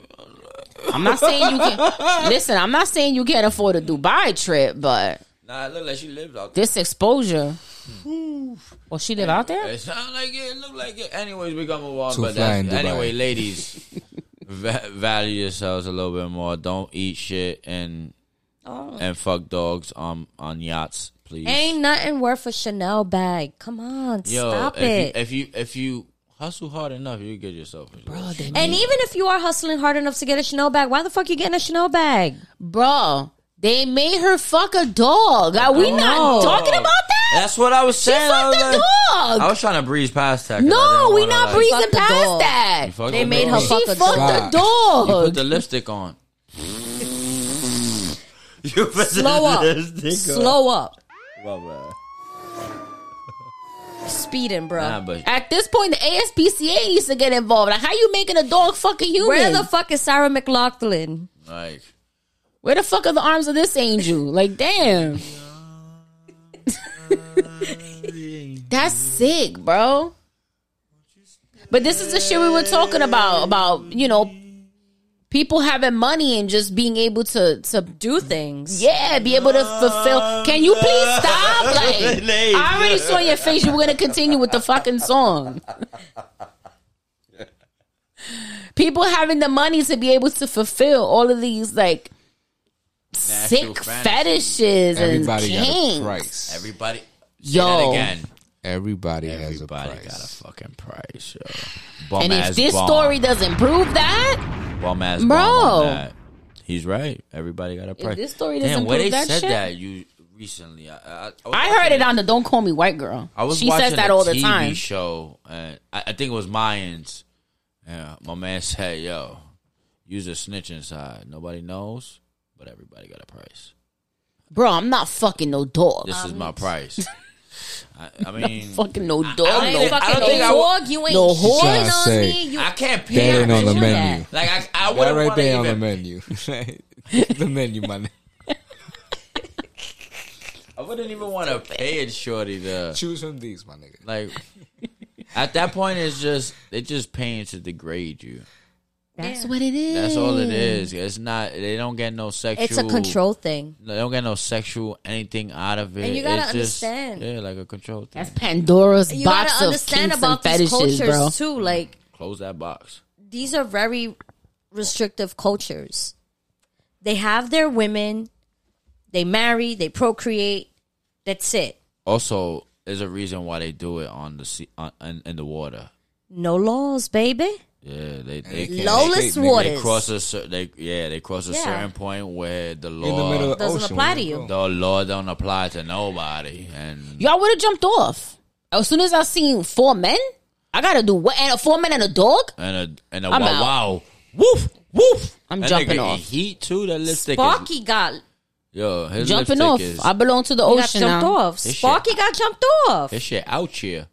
I'm not saying you can listen. I'm not saying you can't afford a Dubai trip, but
Nah, it look like she lived out there.
this exposure. Well, she live out there.
It sound like it. It look like it. Anyways, we gonna move on.
Too
but
fly
that's,
in Dubai.
anyway, ladies, va- value yourselves a little bit more. Don't eat shit and and fuck dogs on on yachts, please.
Oh. Ain't nothing worth a Chanel bag. Come on,
Yo,
stop
if
it.
You, if you if you hustle hard enough, you get yourself. A Bro,
and even if you are hustling hard enough to get a Chanel bag, why the fuck you getting a Chanel bag?
Bro, they made her fuck a dog. Are we
No.
not talking about that?
That's what I was saying. I
fucked
was,
a dog.
I was trying to breeze past that. 'cause I
No,
didn't
we
wanna,
not
like,
breezing
Fuck the
past
dog.
that.
You fuck
They
a
made her
dog.
fuck
She
a
fucked
dog.
the
You
dog.
put the lipstick on. you put
Slow
the
up.
lipstick on.
Slow up.
Well, man.
Speeding, bro.
Nah, but
At this point, the ASPCA needs to get involved. Like, how you making a dog fuck a human?
Where the fuck is Sarah McLaughlin?
like.
Where the fuck are the arms of this angel? Like, damn. That's sick, bro. But this is the shit we were talking about about you know people having money and just being able to to
Do things.
yeah be able to fulfill. Can you please stop? Like,
Ladies.
I already saw your face. You were gonna continue with the fucking song. People having the money to be able to fulfill all of these like sick fetishes
Everybody
and
got
kinks.
a price.
Everybody.
Yo.
again.
Everybody, has a
Everybody
price.
got a fucking price, yo.
And if
Bum-ass
this
bum.
story doesn't prove that,
bum ass
Bro.
bro, on that. he's right. Everybody got a price.
this story doesn't
Damn, where
prove
they
that
said
shit.
that you recently, I, I, I was
I heard it
watching-
on the "Don't Call Me White Girl."
I was
she says
watching
that
a
all the
TV
time.
Show, and I, I think it was Mayans. Yeah, my man said, "Yo, use a snitch inside. Nobody knows, but everybody got a price.
Bro, I'm not fucking no dog.
This is my price." I, I mean,
Fucking no dog.
I don't
no
think- I don't
fucking
think I
no
would-
Dog, you ain't
No
shitting
horse.
on
Say,
me. You
I can't pay.
That ain't on the
do
menu.
that.
Like I, I
That
wouldn't
right
want to
there on the
even.
menu. the menu, my nigga.
I wouldn't even want to pay it, shorty. Though,
Choose from these, my nigga.
like at that point, it's just they're just paying to degrade you.
That's what it is.
That's all it is. It's not. They don't get no sexual.
Mm. It's a control thing.
They don't get no sexual anything out of it.
And you gotta
It's just-
understand.
yeah, like a control thing.
That's Pandora's
You
box
gotta
of
understand
kinks
about
and
these
fetishes,
cultures
bro.
too. Like
Close that box.
these are very restrictive cultures. They have their women, they marry, they procreate. That's it.
Also, there's a reason why they do it on the sea, on, in, in the water.
No laws, baby.
Yeah, they they,
Can't
Lawless
escape, nigga.
they
waters
cross a cer- they yeah they cross a
Yeah.
certain point where the law
In the middle of the
Doesn't
ocean,
apply
where
to you.
go?
the law don't apply to nobody and
Y'all would have jumped off. As soon as I seen four men, I gotta do what? And a four men and a dog?
and a and a
I'm
wow
out.
wow woof woof.
I'm
That
jumping
nigga in
off.
Heat too. That lipstick is
Sparky got
yo his
Jumping
lipstick
off.
Is,
I belong to the
he got
ocean
jumped
now.
off.
This shit-
Sparky got jumped off.
his shit out here.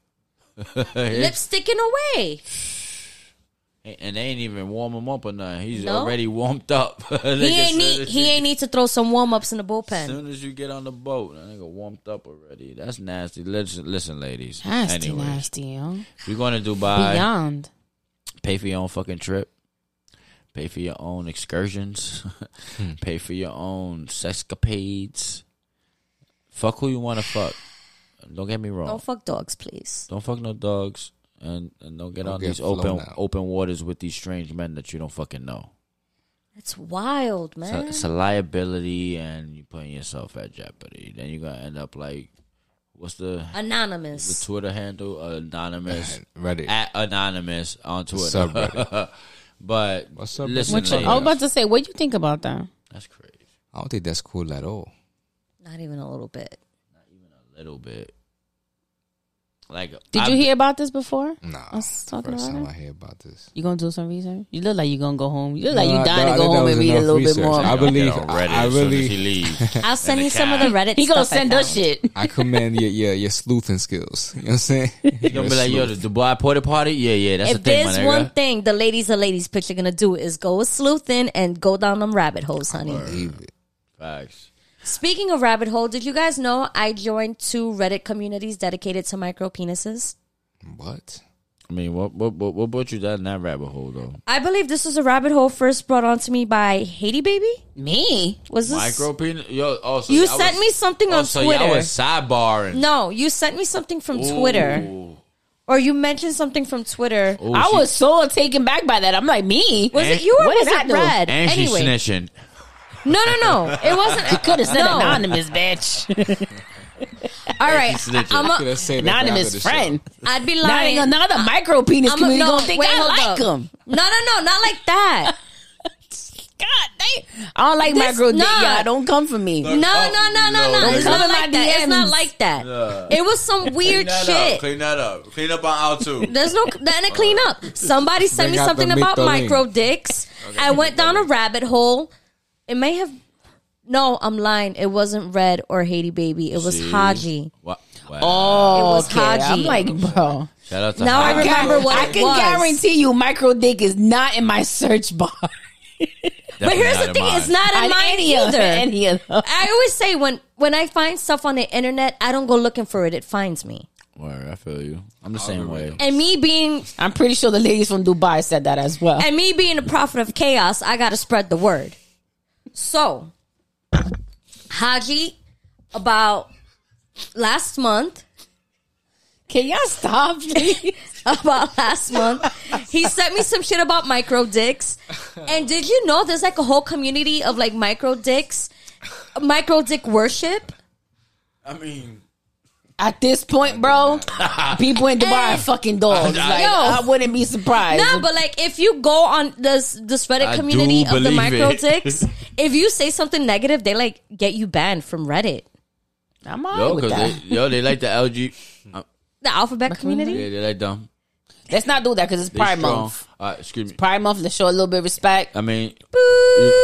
Lip sticking away.
And they ain't even warm him up or nothing. He's
No?
already warmed up.
He ain't need he ain't need to throw some warm ups in the
As
bullpen.
soon as you get on the boat, that nigga warmed up already. That's nasty. Listen, listen ladies.
Nasty,
Anyways,
nasty, yo.
We're going to Dubai.
Beyond.
Pay for your own fucking trip. Pay for your own excursions.
Hmm.
Pay for your own sexcapades. Fuck who you want to fuck. Don't get me wrong.
Don't fuck dogs, please.
Don't fuck no dogs, and, and don't get
Don't
on
get
these
flown
open
out.
open waters with these strange men that you don't fucking know.
That's wild,
It's a,
man.
it's a liability, and you're putting yourself at jeopardy. Then you're gonna end up like, what's the the
Anonymous.
Twitter handle? Anonymous
Reddit.
at anonymous on Twitter.
Subreddit.
but
What's up,
listen,
What's
What you,
ladies,
I was about to say, what you think about that?
that's crazy.
I don't think that's cool at all.
Not even a little bit.
A little bit. Like,
Did
I've-
you hear about this before?
Nah.
I was talking
First
about
time
it.
I hear about this.
You gonna do some research? You look like you gonna go home. You look like
No,
you
I-
dying
I
to go
think that
home
was
and read a
enough
little bit
research.
more.
I
I'll get
believe-
on Reddit
I
as soon as
really-
he leaves.
I'll send you some of the Reddit.
He gonna
stuff I
send us
found.
shit.
I commend your, your your sleuthing skills. You know what I'm saying?
He gonna be like, yo, the Dubai porta party? Yeah, yeah, that's
If
the thing, my
there's
nigga.
one thing the ladies, the ladies pitch are gonna do is go sleuthing and go down them rabbit holes, honey.
Leave it.
Facts.
Speaking of rabbit hole, did you guys know I joined two Reddit communities dedicated to micro penises?
What?
I mean, what what what, what brought you down that rabbit hole though?
I believe this was a rabbit hole first brought on to me by Haiti Baby.
Me?
Was this
Micro penis? Yo, oh, so
You
y'all
sent me something
oh,
on
so
Twitter.
Y'all was sidebarring.
No, you sent me something from
Ooh.
Twitter, or you mentioned something from Twitter.
Ooh,
I
she-
was so taken back by that. I'm like, me?
Was
And-
it you or
What
was
did I
it
do?
Red?
and she
anyway,
snitching.
no, no, no, it wasn't.
I could have said
No.
anonymous, bitch.
All right,
she snitching.
I'm
Could
a,
have said that after
anonymous
the
friend.
I'd be
Not
lying.
another micro penis
I'm a,
community
uh, no,
gonna think
wait,
I
hold
like
up.
him.
No, no, no, not like that.
God damn. I don't like
This-
micro dick,
nah.
y'all. Don't come for me.
Oh,
No, no, no, no, no.
Don't
It's
come
not
in my
like that. It's not
DMs.
like that. It was some weird shit.
Clean that up. Clean up on out too.
There's no then to clean up. Somebody sent me
Bring out
something
the
about
Mytholine.
micro dicks. I went down a rabbit hole. It may have no, I'm lying. It wasn't red or Haiti baby. It was Haji.
What? Wow.
Oh,
It was
okay.
Haji.
I'm like, bro.
Shout out to
Now I
Hot Dog.
remember what
I
it
can
was.
guarantee you, micro dick is not in my search bar.
But
Definitely
here's
not
the
in
thing,
mine.
it's not in
On
mine
any of-
either.
Any of them.
I always say when when I find stuff on the internet, I don't go looking for it. It finds me.
Word, I feel you. I'm the same way.
And me being
I'm pretty sure the ladies from Dubai said that as well.
and me being a prophet of chaos, I gotta spread the word. So, Haji, about last month,
Can y'all stop, please?
about last month, he sent me some shit about micro dicks. And did you know there's like a whole community of like micro dicks, micro dick worship?
I mean,
At this point, bro, people in Dubai
Hey.
are fucking dogs. Like,
Yo.
I wouldn't be surprised.
No, but like if you go on this this Reddit
I
community
do
of the
believe
micro
it.
dicks, if you say something negative, they like get you banned from Reddit.
I'm all
yo,
right with
cause
that.
they, yo, they like the LG. Uh,
The alphabet community?
yeah, they like them.
Let's not do that because it's
They
Pride
strong.
Month.
All right, excuse me.
Pride Month, let's show a little bit of respect.
I mean, you,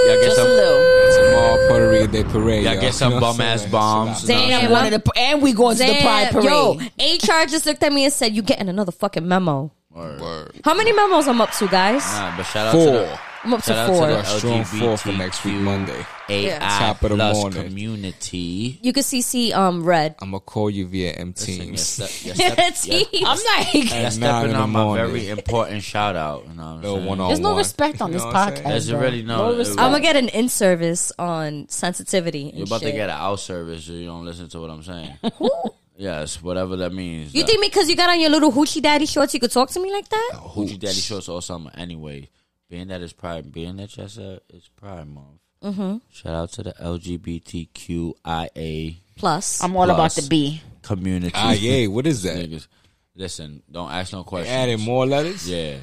y'all get
Just a
some.
little.
Tomorrow, Puerto Rico Day parade.
Y'all
yo.
get some
You know what
bum
I'm
ass
saying?
bombs.
Damn.
Nah,
And, one of the, and we going to the Pride
Damn,
Parade.
Yo, HR just looked at me and said, "You getting another fucking memo?
Word.
How many memos I'm up to, guys?
Nah, but shout out to
Four.
the
I'm up
shout
to
out to
four.
the-
A strong four for
LGBTQ.
next week, Monday.
AI
Top of the
plus
morning.
community.
you can CC um red.
I'm gonna call you via M
Listen,
Teams.
you're ste- you're
Teams.
step-
I'm like,
you're
At nine
stepping
in the
on my
morning.
very important shout out. You know what I'm
Little
saying?
one on
there's no
one.
respect on
You
this
know what I'm
podcast.
saying?
There's
bro.
already no-
no respect.
I'm gonna get an in service on sensitivity. And
You're about
shit.
to get an out service so you don't listen to what I'm saying. yes, whatever that means.
You
That-
think because you got on your little hoochie daddy shorts, you could talk to me like that?
Hoochie Daddy shorts all summer anyway. Being that it's Pride, being that you said it's Pride Month. Mm-hmm. Shout out to the LGBTQIA
Plus,
I'm all about
Plus.
the B.
community.
Ah, yeah. What is that?
Niggas, listen, don't ask no questions.
Adding more letters.
Yeah,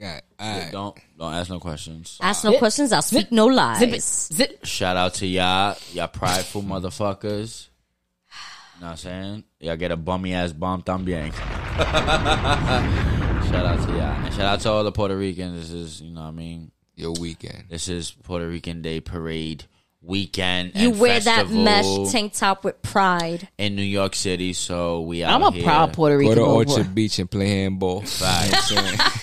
God, all right.
don't don't ask no questions.
ask no questions. I'll speak no
Zip it.
lies.
Zip.
Shout out to y'all, y'all prideful motherfuckers. Know what I'm saying? Y'all get a bummy ass bump también. shout out to y'all. And shout out to all the Puerto Ricans. This is, you know what I mean?
Your weekend.
This is Puerto Rican Day Parade weekend.
You
and
wear that
festival
mesh tank top with pride.
in New York City, so we. Out
I'm a
here.
proud Puerto
Go
Rican.
to
boy.
Orchard Beach and play handball.
Facts.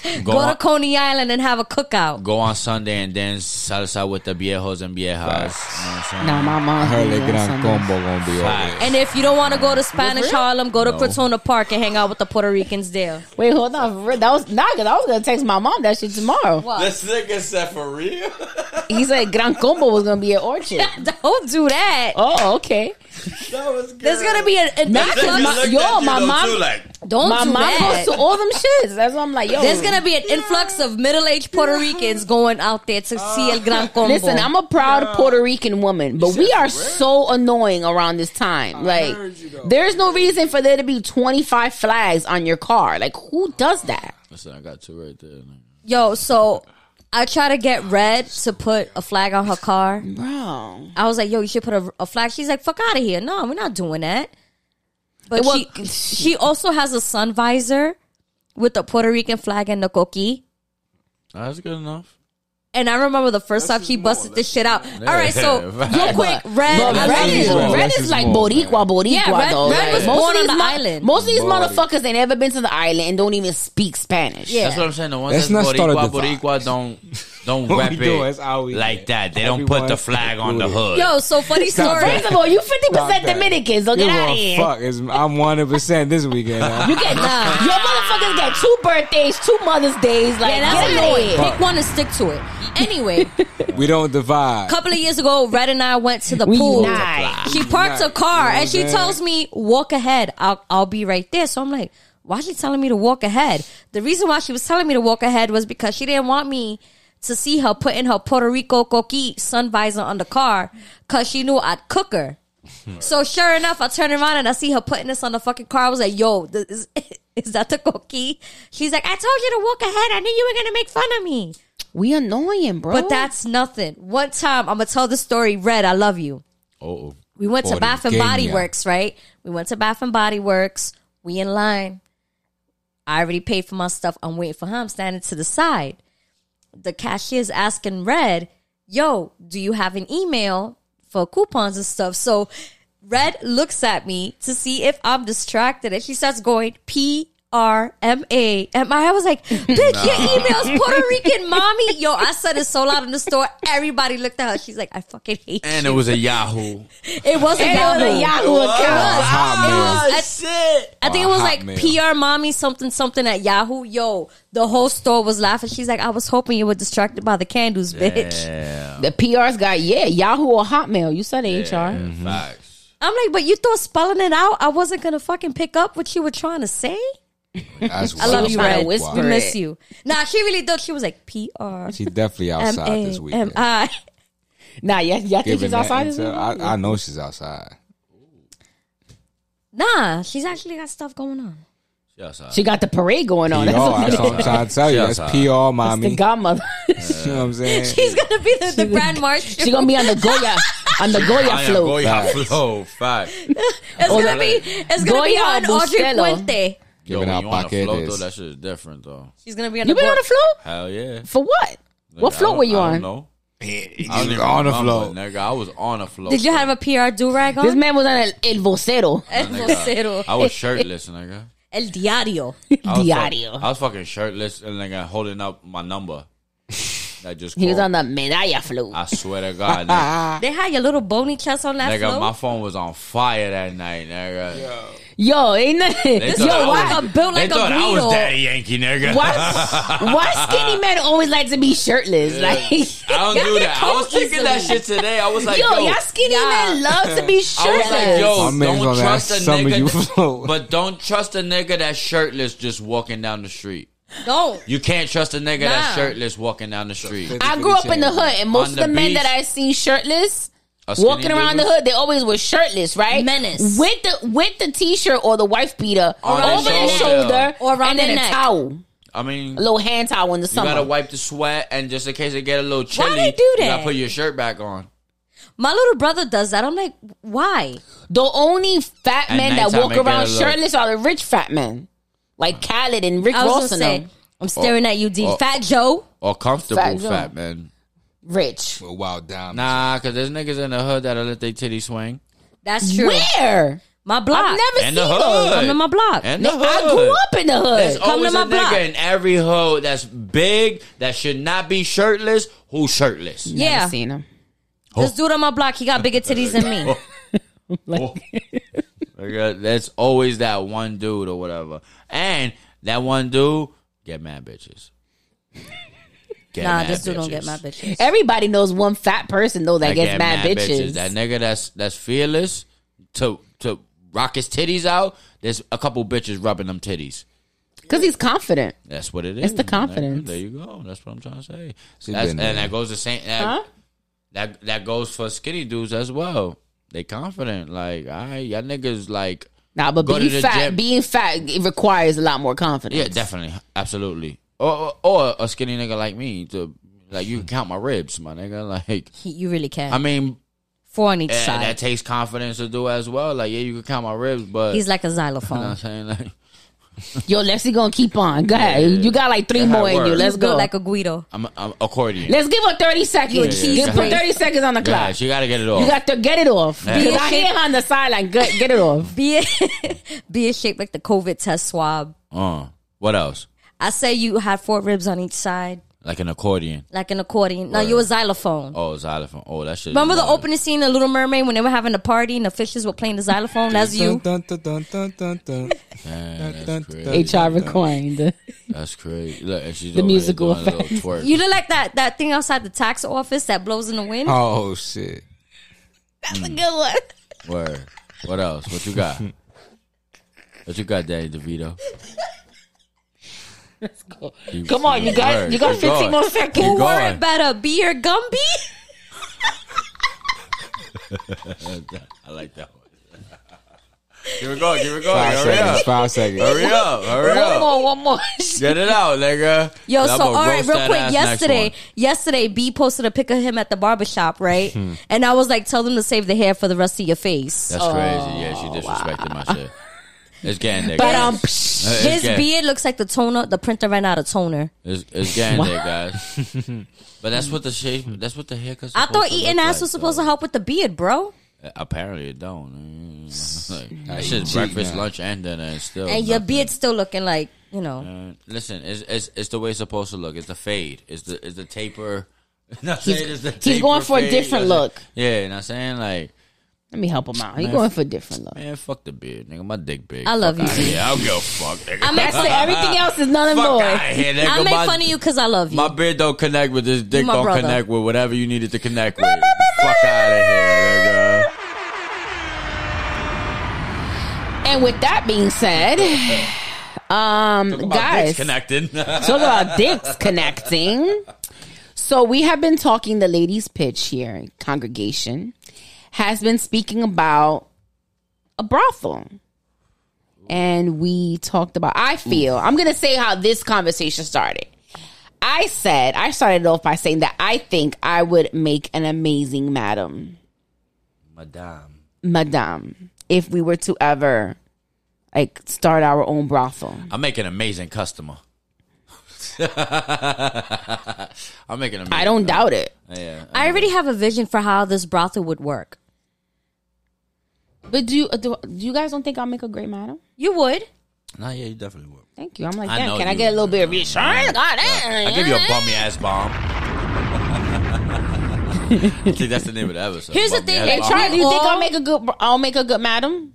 Go
go,
to
on,
Coney Island and have a cookout.
go on Sunday and dance salsa with the viejos and viejas. You know what I'm saying?
Nah, my
I
mom.
heard
did
Le
that
Gran
something.
Combo gonna be over
Facts.
And if you don't want to go to Spanish Harlem, go to Cortona Park and hang out with the Puerto Ricans there.
Wait, hold on. For real? That was not because I was gonna text my mom that shit tomorrow.
This nigga said for real.
He said Gran Combo was gonna be at Orchard.
Don't do that.
Oh, okay.
That was good.
There's gonna be a, a
Mac is
influx.
my-
looked
yo,
at you
my
though,
mom-
too, like,
don't
my
do
mom
that.
goes to all them shits. That's why I'm like, yo.
There's gonna be an influx of middle-aged Puerto Ricans going out there to see El Gran Combo.
Listen, I'm a proud Puerto Rican woman, but we are so annoying around this time. like, there's no reason for there to be 25 flags on your car. Like, who does that?
Listen, I got two right there.
yo. So I try to get Red to put a flag on her car.
Bro.
I was like, yo, you should put a, a flag. She's like, fuck out of here. No, we're not doing that. But
It was-
she, she also has a sun visor with the Puerto Rican flag and the coqui.
That's good enough.
And I remember the first time she busted this shit out. All right, so
Yeah,
real quick, Red,
But
I love
red,
Red
is,
is
you.
more.
red
Red
is
is
like
more,
Boricua, Boricua,
Yeah, Red-
though.
Red
Like,
was
most
born
of
on
these
the
mo-
island.
Most of these
Boricua.
motherfuckers ain't ever been to the island and don't even speak Spanish.
Yeah.
That's what I'm saying. The ones
Let's
that's
not start a
Boricua,
divide.
Boricua don't don't
What
rep
we doing
it
is how we
like
do it.
that. They don't put the
Everyone's
flag on the hood.
Yo, so funny
Stop
story.
First of all, you 50%
Stop that.
Dominican, so
Give
get
a
out of here.
Fuck, It's- I'm 100% this weekend.
You get
Nah.
your motherfuckers get two birthdays, two Mother's Days. Like,
Yeah, that's
get
what
out
they
of here.
pick one and stick to it. Anyway, a
we don't divide.
couple of years ago, Red and I went to the
We
pool.
nice.
She parked a car and she
You know what I'm
tells me, walk ahead. I'll, I'll be right there. So I'm like, why is she telling me to walk ahead? The reason why she was telling me to walk ahead was because she didn't want me to see her putting her Puerto Rico coqui sun visor on the car because she knew I'd cook her.
Hmm.
So sure enough, I turn around and I see her putting this on the fucking car. I was like, yo, this is, is that the coqui? She's like, I told you to walk ahead. I knew you were going to make fun of me.
We annoying, bro.
But that's nothing. One time, I'm gonna tell the story. Red, I love you.
Oh,
We went to
Puerto
Bath and Body
Rican.
Works, right? We went to Bath and Body Works. We in line. I already paid for my stuff. I'm waiting for him. I'm standing to the side. The cashier's asking Red, "Yo, do you have an email for coupons and stuff?" So Red looks at me to see if I'm distracted, and she starts going P R M A M I. I was like, "Bitch, your email's Puerto Rican, mommy." Yo, I said it so loud in the store. Everybody looked at her. She's like, "I fucking hate
and
you."
it was a Yahoo.
It wasn't
Hell,
Yahoo.
the Yahoo account.
It was. I,
shit.
I think it was
Hotmail.
like PR mommy something something at Yahoo. Yo, the whole store was laughing. She's like, I was hoping you were distracted by the candles, bitch.
Yeah.
The PR's got yeah, Yahoo or Hotmail. You said HR.
Mm-hmm. Facts.
I'm like, but you thought spelling it out, I wasn't gonna fucking pick up what you were trying to say.
That's
I love
wild.
you,
trying to
Red.
whisper
We
it.
miss you. Nah, she really did. She was like, P R
She definitely
M
outside this
A M
weekend.
I.
Nah, yeah, y'all think
Giving
she's
that
outside this
intel.
weekend?
I, I know she's outside.
Nah, she's actually got stuff going on.
Yes, I-
She got the parade going
PR,
on. That's, what it
that's
is.
what I'm trying to tell you. That's
outside.
PR,
That's the
mommy.
godmother.
You know what I'm saying?
She's gonna be the, the brand marshal.
she gonna be on the Goya on the Goya
I am
float.
Goya flow. Fact.
it's gonna be it's gonna be
Goya
on Audrey
Bustelo.
Puente.
Yo,
Giving
when
out
you on a float though,
paquetes.
that shit is different though.
She's gonna be on
You
the
been on
board.
the float?
Hell yeah.
For what? What
Nigga, I
float
don't-
were you
I don't
on?
know. I don't
She's
even
on
remember,
the floor.
nigga. I was on a float.
Did you have a PR do rag on?
This man was on El, El Vocero.
El vocero.
I was shirtless, nigga.
El diario.
I was fuck-
Diario.
I was fucking shirtless and nigga holding up my number. I just
He was
called.
on the Medalla float.
I swear to God, nigga,
They had your little bony chest on that
nigga
float.
my phone was on fire that night, nigga.
Yo, ain't nothing.
They
Yo,
thought I
why
was-
I built
They
like
thought
a
I was
needle.
Daddy Yankee, nigga.
Why, why skinny men always like to be shirtless? Like,
I don't do that. I was
Y'all get
thinking that
coaches
shit today. I was like,
yo,
yo,
y'all skinny men love to be shirtless.
I was like, yo,
My man's
don't
on that
trust a
summer
nigga.
you
that-
float.
but don't trust a nigga that's shirtless just walking down the street.
Don't.
You can't trust a nigga
Nah.
that's shirtless walking down the street.
I grew up in the hood, and most
On
of the,
the
men
beach.
that I seen shirtless,
A skinny
walking around
dude-
the hood, they always were shirtless, right?
Menace.
with the with the t shirt or the wife beater
their
over their
shoulder.
shoulder,
Or around
and
their
then
neck.
a towel,
I mean,
a little hand towel in the
you
summer.
gotta wipe the sweat, and just in case it get a little chilly,
they do
you
that?
gotta put your shirt back on.
My little brother does that. I'm like, why?
the only fat
At
men that
nighttime,
walk
make it
around
a little-
shirtless are the rich fat men, like Khaled and Rick
I was
Ross
gonna
and
say,
them.
I'm staring at you, D.
Oh.
Fat Joe.
Or comfortable
Fat
fat,
Joe.
man.
Rich.
With wild diamonds.
Nah, cause there's niggas in the hood that'll let their titty swing.
That's true.
Where?
My block.
I've never
And the
seen
hood.
those.
Come to my block.
And the hood.
I grew up in the hood.
There's
Come to
always
my
a
block.
nigga in every hood that's big that should not be shirtless. Who's shirtless?
yeah.
Never seen him.
This dude on my block, he got bigger titties than me.
Like, uh, That's always that one dude or whatever. And that one dude get mad bitches. Get
Nah,
mad
this dude don't get my bitches.
Everybody knows one fat person though that
That
gets mad, bitches.
That nigga that's that's fearless to to rock his titties out. There's a couple bitches rubbing them titties.
Because he's confident.
That's what it is.
It's the
man.
confidence.
There you go. That's what I'm trying to say.
She
That's-
been
and
there.
that goes the same. That,
Huh?
that that goes for skinny dudes as well. They confident. Like, all right, y'all niggas like.
Nah, but
Go to the
being fat,
gym.
being fat, it requires a lot more confidence.
Yeah, definitely, absolutely. Or, or or a skinny nigga like me to like you can count my ribs, my nigga. Like
He- you really can.
I mean,
Four on each
eh,
side.
that takes confidence to do as well. Like yeah, you can count my ribs, but
He's like a
you know what
xylophone.
I'm saying like
Yo, Lexi gonna keep on. Go ahead. You got like three
That's how
more
it
in you.
works.
Let's
You
go.
built like a Guido.
I'm, I'm accordion.
Let's give her thirty seconds.
yeah,
Give-
yeah.
put thirty seconds on the
Go ahead,
clock.
she gotta get it off.
You got to get it off.
Yeah.
Because I hear her on the sideline. Get, get it off.
Be be a shape like the COVID test swab.
uh, what else?
I say you had four ribs on each side,
Like an accordion.
like an accordion. Now you a xylophone.
Oh, xylophone. Oh, that shit.
Remember the opening scene of Little Mermaid when they were having the party and the fishes were playing the xylophone? That's you.
Dun, dun, dun, dun, dun, dun.
Man,
Dun,
that's
dun,
crazy.
dun.
HR requiring.
That's crazy. Look, and she's
The
over there
musical
doing a little twerk.
You look like that that thing outside the tax office that blows in the wind.
Oh shit.
That's
Mm.
a good one.
Word. What else? What you got? what you got, Daddy DeVito? You-
Come on, you
Word.
got you got
Keep
fifteen
going.
more seconds.
Keep
Who wore
going.
it better, Bee or Gumby?
I like that one. Keep it going. Keep it going.
Five
Oh, Hurry
seconds.
up.
Five seconds.
Hurry up. Hurry
One
up.
more, one more.
Get it out, nigga.
Yo,
I'ma
so all right,
roast
real
that
quick.
ass next
Yesterday,
one.
yesterday, B posted a pic of him at the barbershop, right?
Hmm.
and I was like, tell them to save the hair for the rest of your face.
That's crazy. Yeah, she disrespected my shit. It's getting there.
But
guys.
um,
It's
uh, His
getting-
beard looks like the toner. The printer ran out of toner.
It's, it's getting there, guys. But that's what the shape. That's what the haircut.
I thought eating ass was supposed to help with the beard, bro.
Apparently, it don't. Mm, Like,
Nah,
it's
you
just
cheating
breakfast,
now.
lunch, and dinner, and still.
And your
nothing.
beard's still looking like you know.
Uh, listen, it's, it's it's the way it's supposed to look. It's the fade. It's the it's the taper. Not saying it's the
he's going
taper
for a
fade.
different
That's it.
look.
Yeah, and I'm saying like,
let me help him out. He's going for a different look.
man, fuck the beard, nigga. My dick big.
I love
Fuck
you,
outta
dude.
here. I don't give a fuck, nigga.
I'm
That's it. Everything else is none and
fuck
void.
outta here, nigga.
I make
my,
fun of you because I love you.
My beard don't connect with this dick.
my
Don't
brother.
connect with whatever you needed to connect with. fuck out of here, nigga.
And with that being said, um, guys,
connected.
talk about dicks connecting. So we have been talking. The ladies' pitch here, congregation, has been speaking about a brothel, and we talked about. I feel I'm going to say how this conversation started. I said I started off by saying that I think I would make an amazing madam
Madame.
madame if we were to ever like start our own brothel.
I make an amazing customer. I make an amazing.
I don't doubt it.
Yeah.
I already have a vision for how this brothel would work.
But do you uh, do, do you guys don't think I'll make a great madam?
You would.
Nah, yeah, you definitely would.
Thank you. I'm like,
I
damn,
know
can I
you
get a little
would.
bit of reassurance? God damn.
I give you a bummy ass bomb. I think that's the name of the episode.
Here's the
Bummy
thing,
ass
Hey,
bomb.
Charlie, do you think
All-
I'll make a good I'll make a good madam?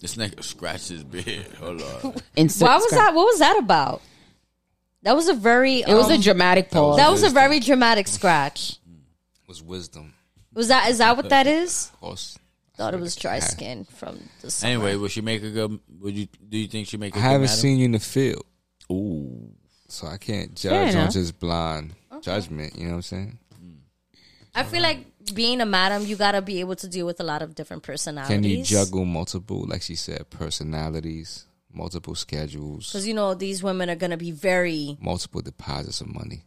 This nigga scratched his beard. Hold on.
Insert
Why was
script.
that? What was that about? That was a very.
It was a
um,
dramatic pause.
that was a very dramatic scratch.
Was wisdom.
Was that? Is that what that is?
Of course.
Thought it was dry skin from the. sun.
Anyway, would she make a good? Would you? Do you think she make? a
I
good
haven't
madam?
seen you in the field,
Ooh,
so I can't judge on
enough.
just blind judgment. You know what I'm saying?
I feel like being a madam, you gotta be able to deal with a lot of different personalities.
Can you juggle multiple, like she said, personalities, multiple schedules,
Because you know these women are gonna be very.
multiple deposits of money?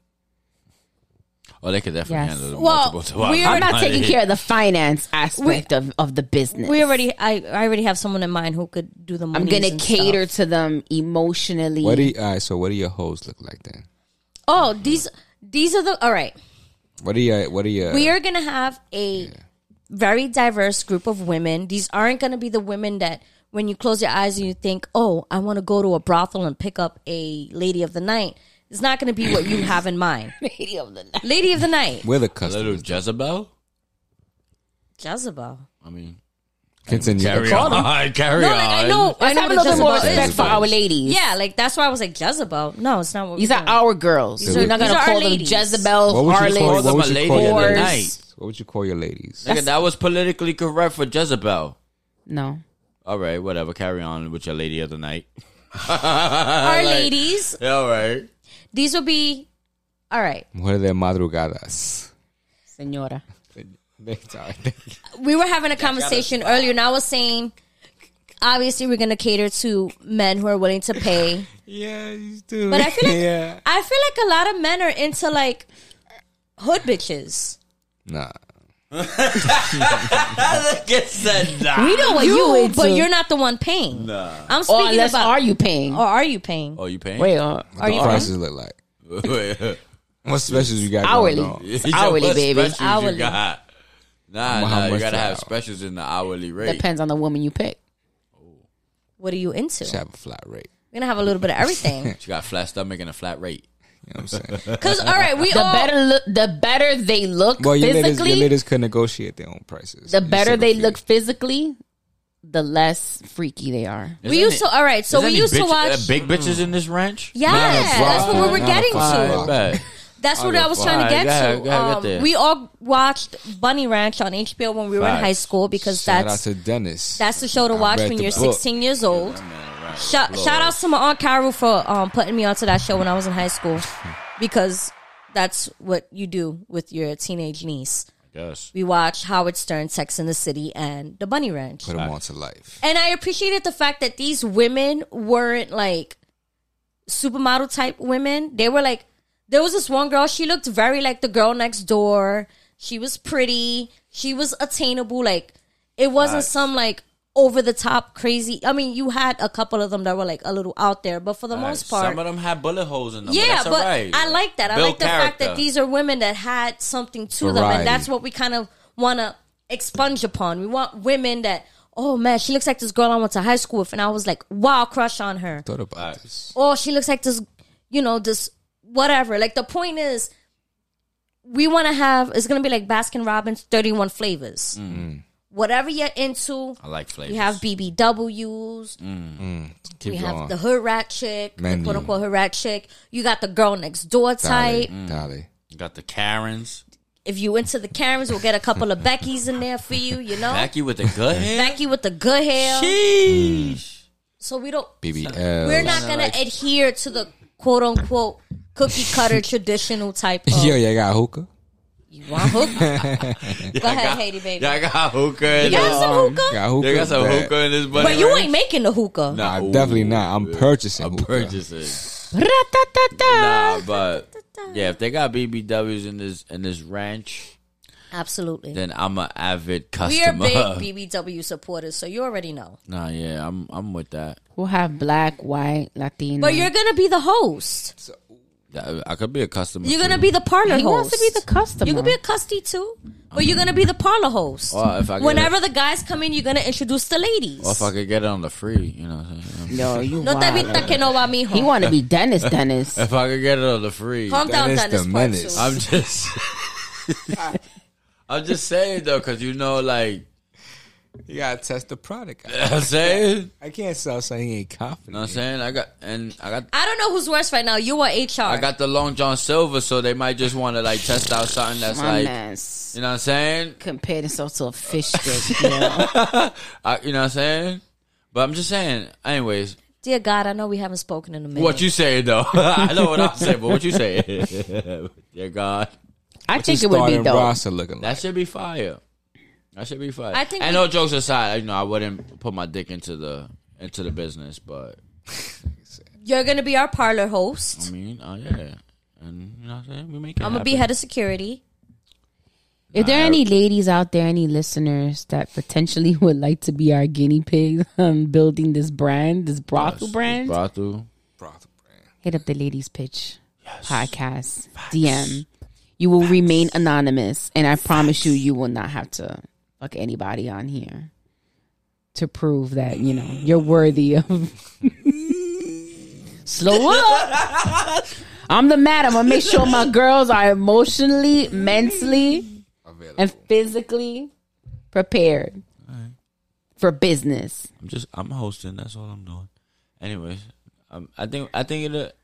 oh, they could definitely
Yes.
handle the
Well,
multiple.
we're
I'm not taking care of the finance aspect of, of the business.
We already. I, I already have someone in mind who could do the.
I'm
moonies
gonna
and
cater
stuff.
to them emotionally.
What do you, all right, so what do your hoes look like then?
Oh, these these are the. All right.
What are you? What are you?
we are going to have a very diverse group of women. These aren't going to be the women that when you close your eyes and you think, "Oh, I want to go to a brothel and pick up a lady of the night." It's not going to be what you have in mind.
Lady of the night.
Lady of the night,
We're the
Little
customers.
Jezebel.
Jezebel.
I mean,
Continue.
carry on. Carry
No,
on.
like, I know, I know
Let's have
what
a little more
Jezebel is.
respect for our ladies.
Yeah, like that's why I was like Jezebel. No, it's not what
These
we're
are
doing.
our girls.
are-
We're not
these
gonna
are our
call them
ladies.
Jezebel,
What would you
harlots.
call? What would you
lady
call your
of the
ladies? What would you call your ladies?
Nigga, that was politically correct for Jezebel.
No,
All right, whatever. Carry on with your lady of the night.
our ladies.
Yeah, all right.
These will be all right.
Mujer de madrugadas.
senora.
we were having a conversation earlier, and I was saying, obviously, we're going to cater to men who are willing to pay.
Yeah, you do.
But I feel like
yeah.
I feel like a lot of men are into like hood bitches.
Nah.
Get said
We know what you,
into.
but you're not the one paying. I'm
Or
speaking
unless
about.
are you paying?
or are you paying?
Oh, you paying?
Wait, uh,
Are you paying?
Prices look like.
Wait.
What specials you got
Hourly.
going on?
Yo,
hourly,
what
baby.
specials you
Hourly.
got? Nah,
How
nah, you
much
gotta
that
have
hour?
specials in the hourly rate.
depends on the woman you pick.
What are you into?
Just have a flat rate.
We're gonna have a little bit of everything.
You got a flat stomach and a flat rate.
You know what I'm saying?
Cause all right, we
The
all
better look, the better they look
well, your ladies, your
physically.
ladies could negotiate their own prices.
the
You
better
single
they
fee.
look physically, the less freaky they are.
we used to. All right, so we used to watch.
uh, big bitches in this ranch.
yeah, that's what we were getting to.
I bet.
That's what I was
go
trying to
fly.
get
Go ahead,
to.
go ahead, get
Um,
there.
we all watched Bunny Ranch on HBO when we were in
Facts.
high school because
Shout
that's
out to Dennis.
that's the show to watch
read
when
the
you're
book.
16 years old. Shout, shout outs to my aunt Carol for um, putting me onto that show when I was in high school because that's what you do with your teenage niece.
Yes.
We watched Howard Stern, Sex in the City, and The Bunny Ranch.
Put them on to life.
And I appreciated the fact that these women weren't like supermodel type women. They were like, there was this one girl, she looked very like the girl next door. She was pretty. She was attainable. Like, it wasn't some like over the top crazy. I mean, you had a couple of them that were like a little out there, but for the most part.
some of them had bullet holes in them.
yeah,
that's
but
all right.
I like that. I
Build
like the fact that
character.
these are women that had something to them,
Variety.
and that's what we kind of want to expunge upon. We want women that, oh man, she looks like this girl I went to high school with, and I was like, wow, crush on her.
Thought about this.
Oh, she looks like this, you know, this whatever. Like the point is, we want to have it's gonna be like Baskin Robbins, thirty one flavors. Whatever you're into,
I like flavors.
we have BBWs,
Keep
we
going.
have the hood rat chick, the
Menu.
quote unquote hood rat chick. You got the girl next door
Dolly,
type.
Dolly.
got the Karens.
If you into the Karens, we'll get a couple of Becky's in there for you. You know,
Becky with the good hair.
Becky with the good hair.
Sheesh.
So we don't.
BBL.
We're not gonna adhere to the quote unquote cookie cutter traditional type. Of,
Yo, you got hookah?
You want hookah? Go ahead, Haiti baby.
Y'all got hookah. in
You
this-
got
um,
some
You
hookah,
got hookah?
They got some
Bad.
hookah in this bunny.
but you
ranch?
ain't making the hookah.
Nah,
I'm
ooh,
definitely not. I'm purchasing
I'm
hookah.
purchasing.
Ra-ta-ta-ta.
Nah, but yeah, if they got BBWs in this in this ranch,
Absolutely.
then I'm an avid
We are
customer.
big BBW supporters, so you already know.
Nah, yeah, I'm I'm with that.
We'll have black, white, Latino.
But you're gonna be the host.
Yeah, I could be a customer.
You're gonna
too.
be the parlor
he
host.
wants to be the customer.
You could be a custy too, but you're gonna be the parlor host.
Or if I get
Whenever
it-
the guys come in, you're gonna introduce the ladies.
Or if I could get it on the free, you know. What I'm saying?
no, you.
No te
wild.
vista que no va, mijo.
He want to be Dennis. Dennis.
If I could get it on the free,
Calm down,
Dennis
Dennis.
the
part
Menace.
two.
I'm just. I'm just saying though, because you know, like
You gotta test the product. out.
I'm saying, you
I can't sell something he ain't confident.
know what I'm saying I got and I got
I don't know who's worse right now. You or HR?
I got the Long John Silver, so they might just want to like test out something that's
My
like,
man's
you know, what I'm saying,
compared himself to a fish stick. you know?
I, you know, what I'm saying. But I'm just saying, anyways.
Dear God, I know we haven't spoken in a minute.
What you say though? I know what I'm saying, but what you say? Dear God,
I
You
think it would be
starting
dope.
roster looking like.
that should be fire. That should be fire.
I think
and
we-
no jokes aside, you know, I wouldn't put my dick into the into the business, but
You're gonna be our parlor host.
I mean, oh yeah, and you know, what I'm saying we make it.
I'm gonna be head of security.
If there are any ladies out there, any listeners that potentially would like to be our guinea pigs on building this brand, this brothel brand,
brought through.
brothel brand.
hit up the Ladies Pitch podcast DM. You will remain anonymous, and I promise you, you will not have to fuck anybody on here to prove that you know you're worthy of. Slow up. I'm the madam. I make sure my girls are emotionally, mentally, and physically prepared for business.
I'm just I'm hosting. That's all I'm doing. Anyways, um, I think I think it.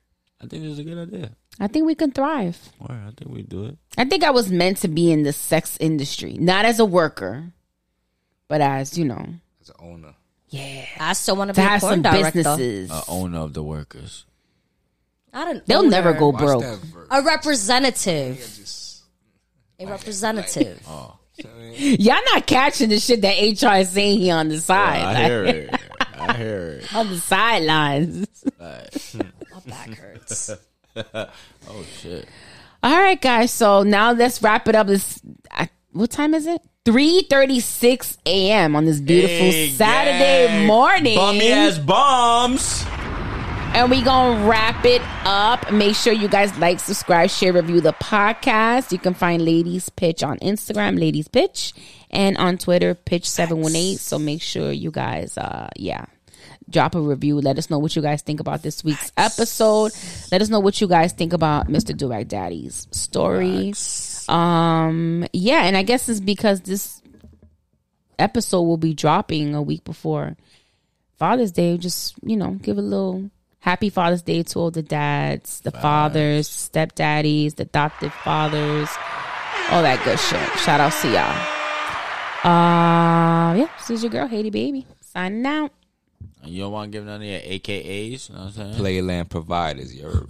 I think it's a good idea.
I think we can thrive.
All right, I think we do it.
I think I was meant to be in the sex industry, not as a worker, but as you know,
as an owner.
yeah,
I still want to
to
be a
have
porn
some
director.
businesses.
A owner of the workers.
Not an
They'll
owner.
never go
Watch
broke.
that verse.
A representative. A representative.
Oh.
Y'all not catching the shit that HR is saying here on the side,
I hear it. I hear it.
like, on the sidelines.
My back hurts.
Oh shit.
All right, guys. So now let's wrap it up. It's I, what time is it? Three thirty-six a.m. on this beautiful
Hey,
Saturday
gang.
morning.
Bummy ass bombs.
And we gonna wrap it up. Make sure you guys like, subscribe, share, review the podcast. You can find Ladies Pitch on Instagram, Ladies Pitch, and on Twitter, Pitch seven one eight. So make sure you guys, uh, yeah, drop a review. Let us know what you guys think about this week's episode. Let us know what you guys think about Mr. Durag Daddy's story. Um, yeah, and I guess it's because this episode will be dropping a week before Father's Day, just you know, give a little happy Father's Day to all the dads, the fathers, stepdaddies, the adoptive fathers, all that good shit. Shout outs to y'all. Uh, yeah, this is your girl, Haiti Baby, signing out.
You don't want to give none of your AKAs. You know what I'm saying?
Playland providers, yo.
What?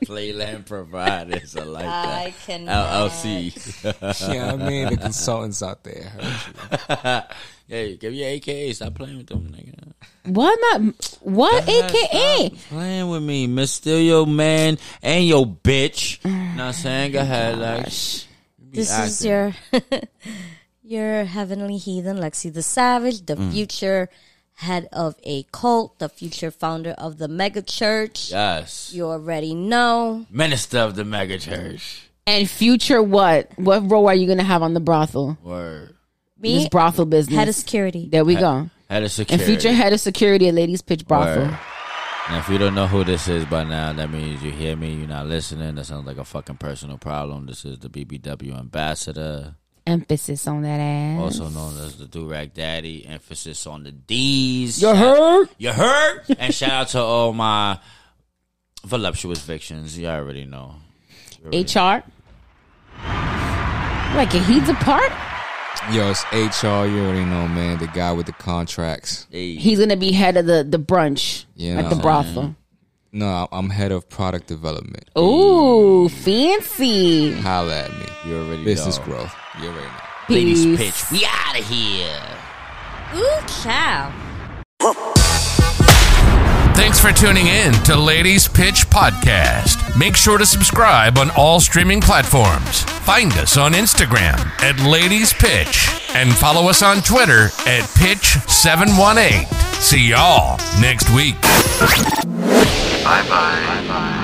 Playland providers. I like that.
I can.
LLC.
you know what I mean? The consultants out there. heard you.
Hey, give your AKA. Stop playing with them, nigga.
what? Not what? AKA
Stop playing with me, Miss Steal Your Man and Your Bitch. You know what I'm saying? Go ahead, like. be
This is
acting.
your your heavenly heathen, Lexi the Savage,
Mm.
the future head of a cult, the future founder of the mega church.
Yes.
You already know.
Minister of the mega church.
and future. What? What role are you gonna have on the brothel?
Word.
This
Me,
brothel business.
head of security.
there we go.
Head of security.
And future head of security at Ladies Pitch Brothel.
Word. Now, if you don't know who this is by now, that means you hear me, you're not listening. That sounds like a fucking personal problem. This is the BBW ambassador,
Emphasis on that ass.
also known as the Durag Daddy. Emphasis on the D's.
You heard?
You heard? and shout out to all my voluptuous victims. You already know.
HR. Like he's a part.
Yo, it's HR. You already know, man. The guy with the contracts.
Hey,
He's gonna be head of the the brunch
Yeah.
at the brothel.
No, I'm head of product development.
Mm-hmm.
Ooh, fancy.
Holla at me.
you already
Business
know.
growth. You already know.
Ladies
Peace.
pitch. We out of here.
Ooh, child.
Thanks for tuning in to Ladies Pitch Podcast. Make sure to subscribe on all streaming platforms. Find us on Instagram at Ladies Pitch and follow us on Twitter at Pitch718. See y'all next week.
Bye bye. Bye bye.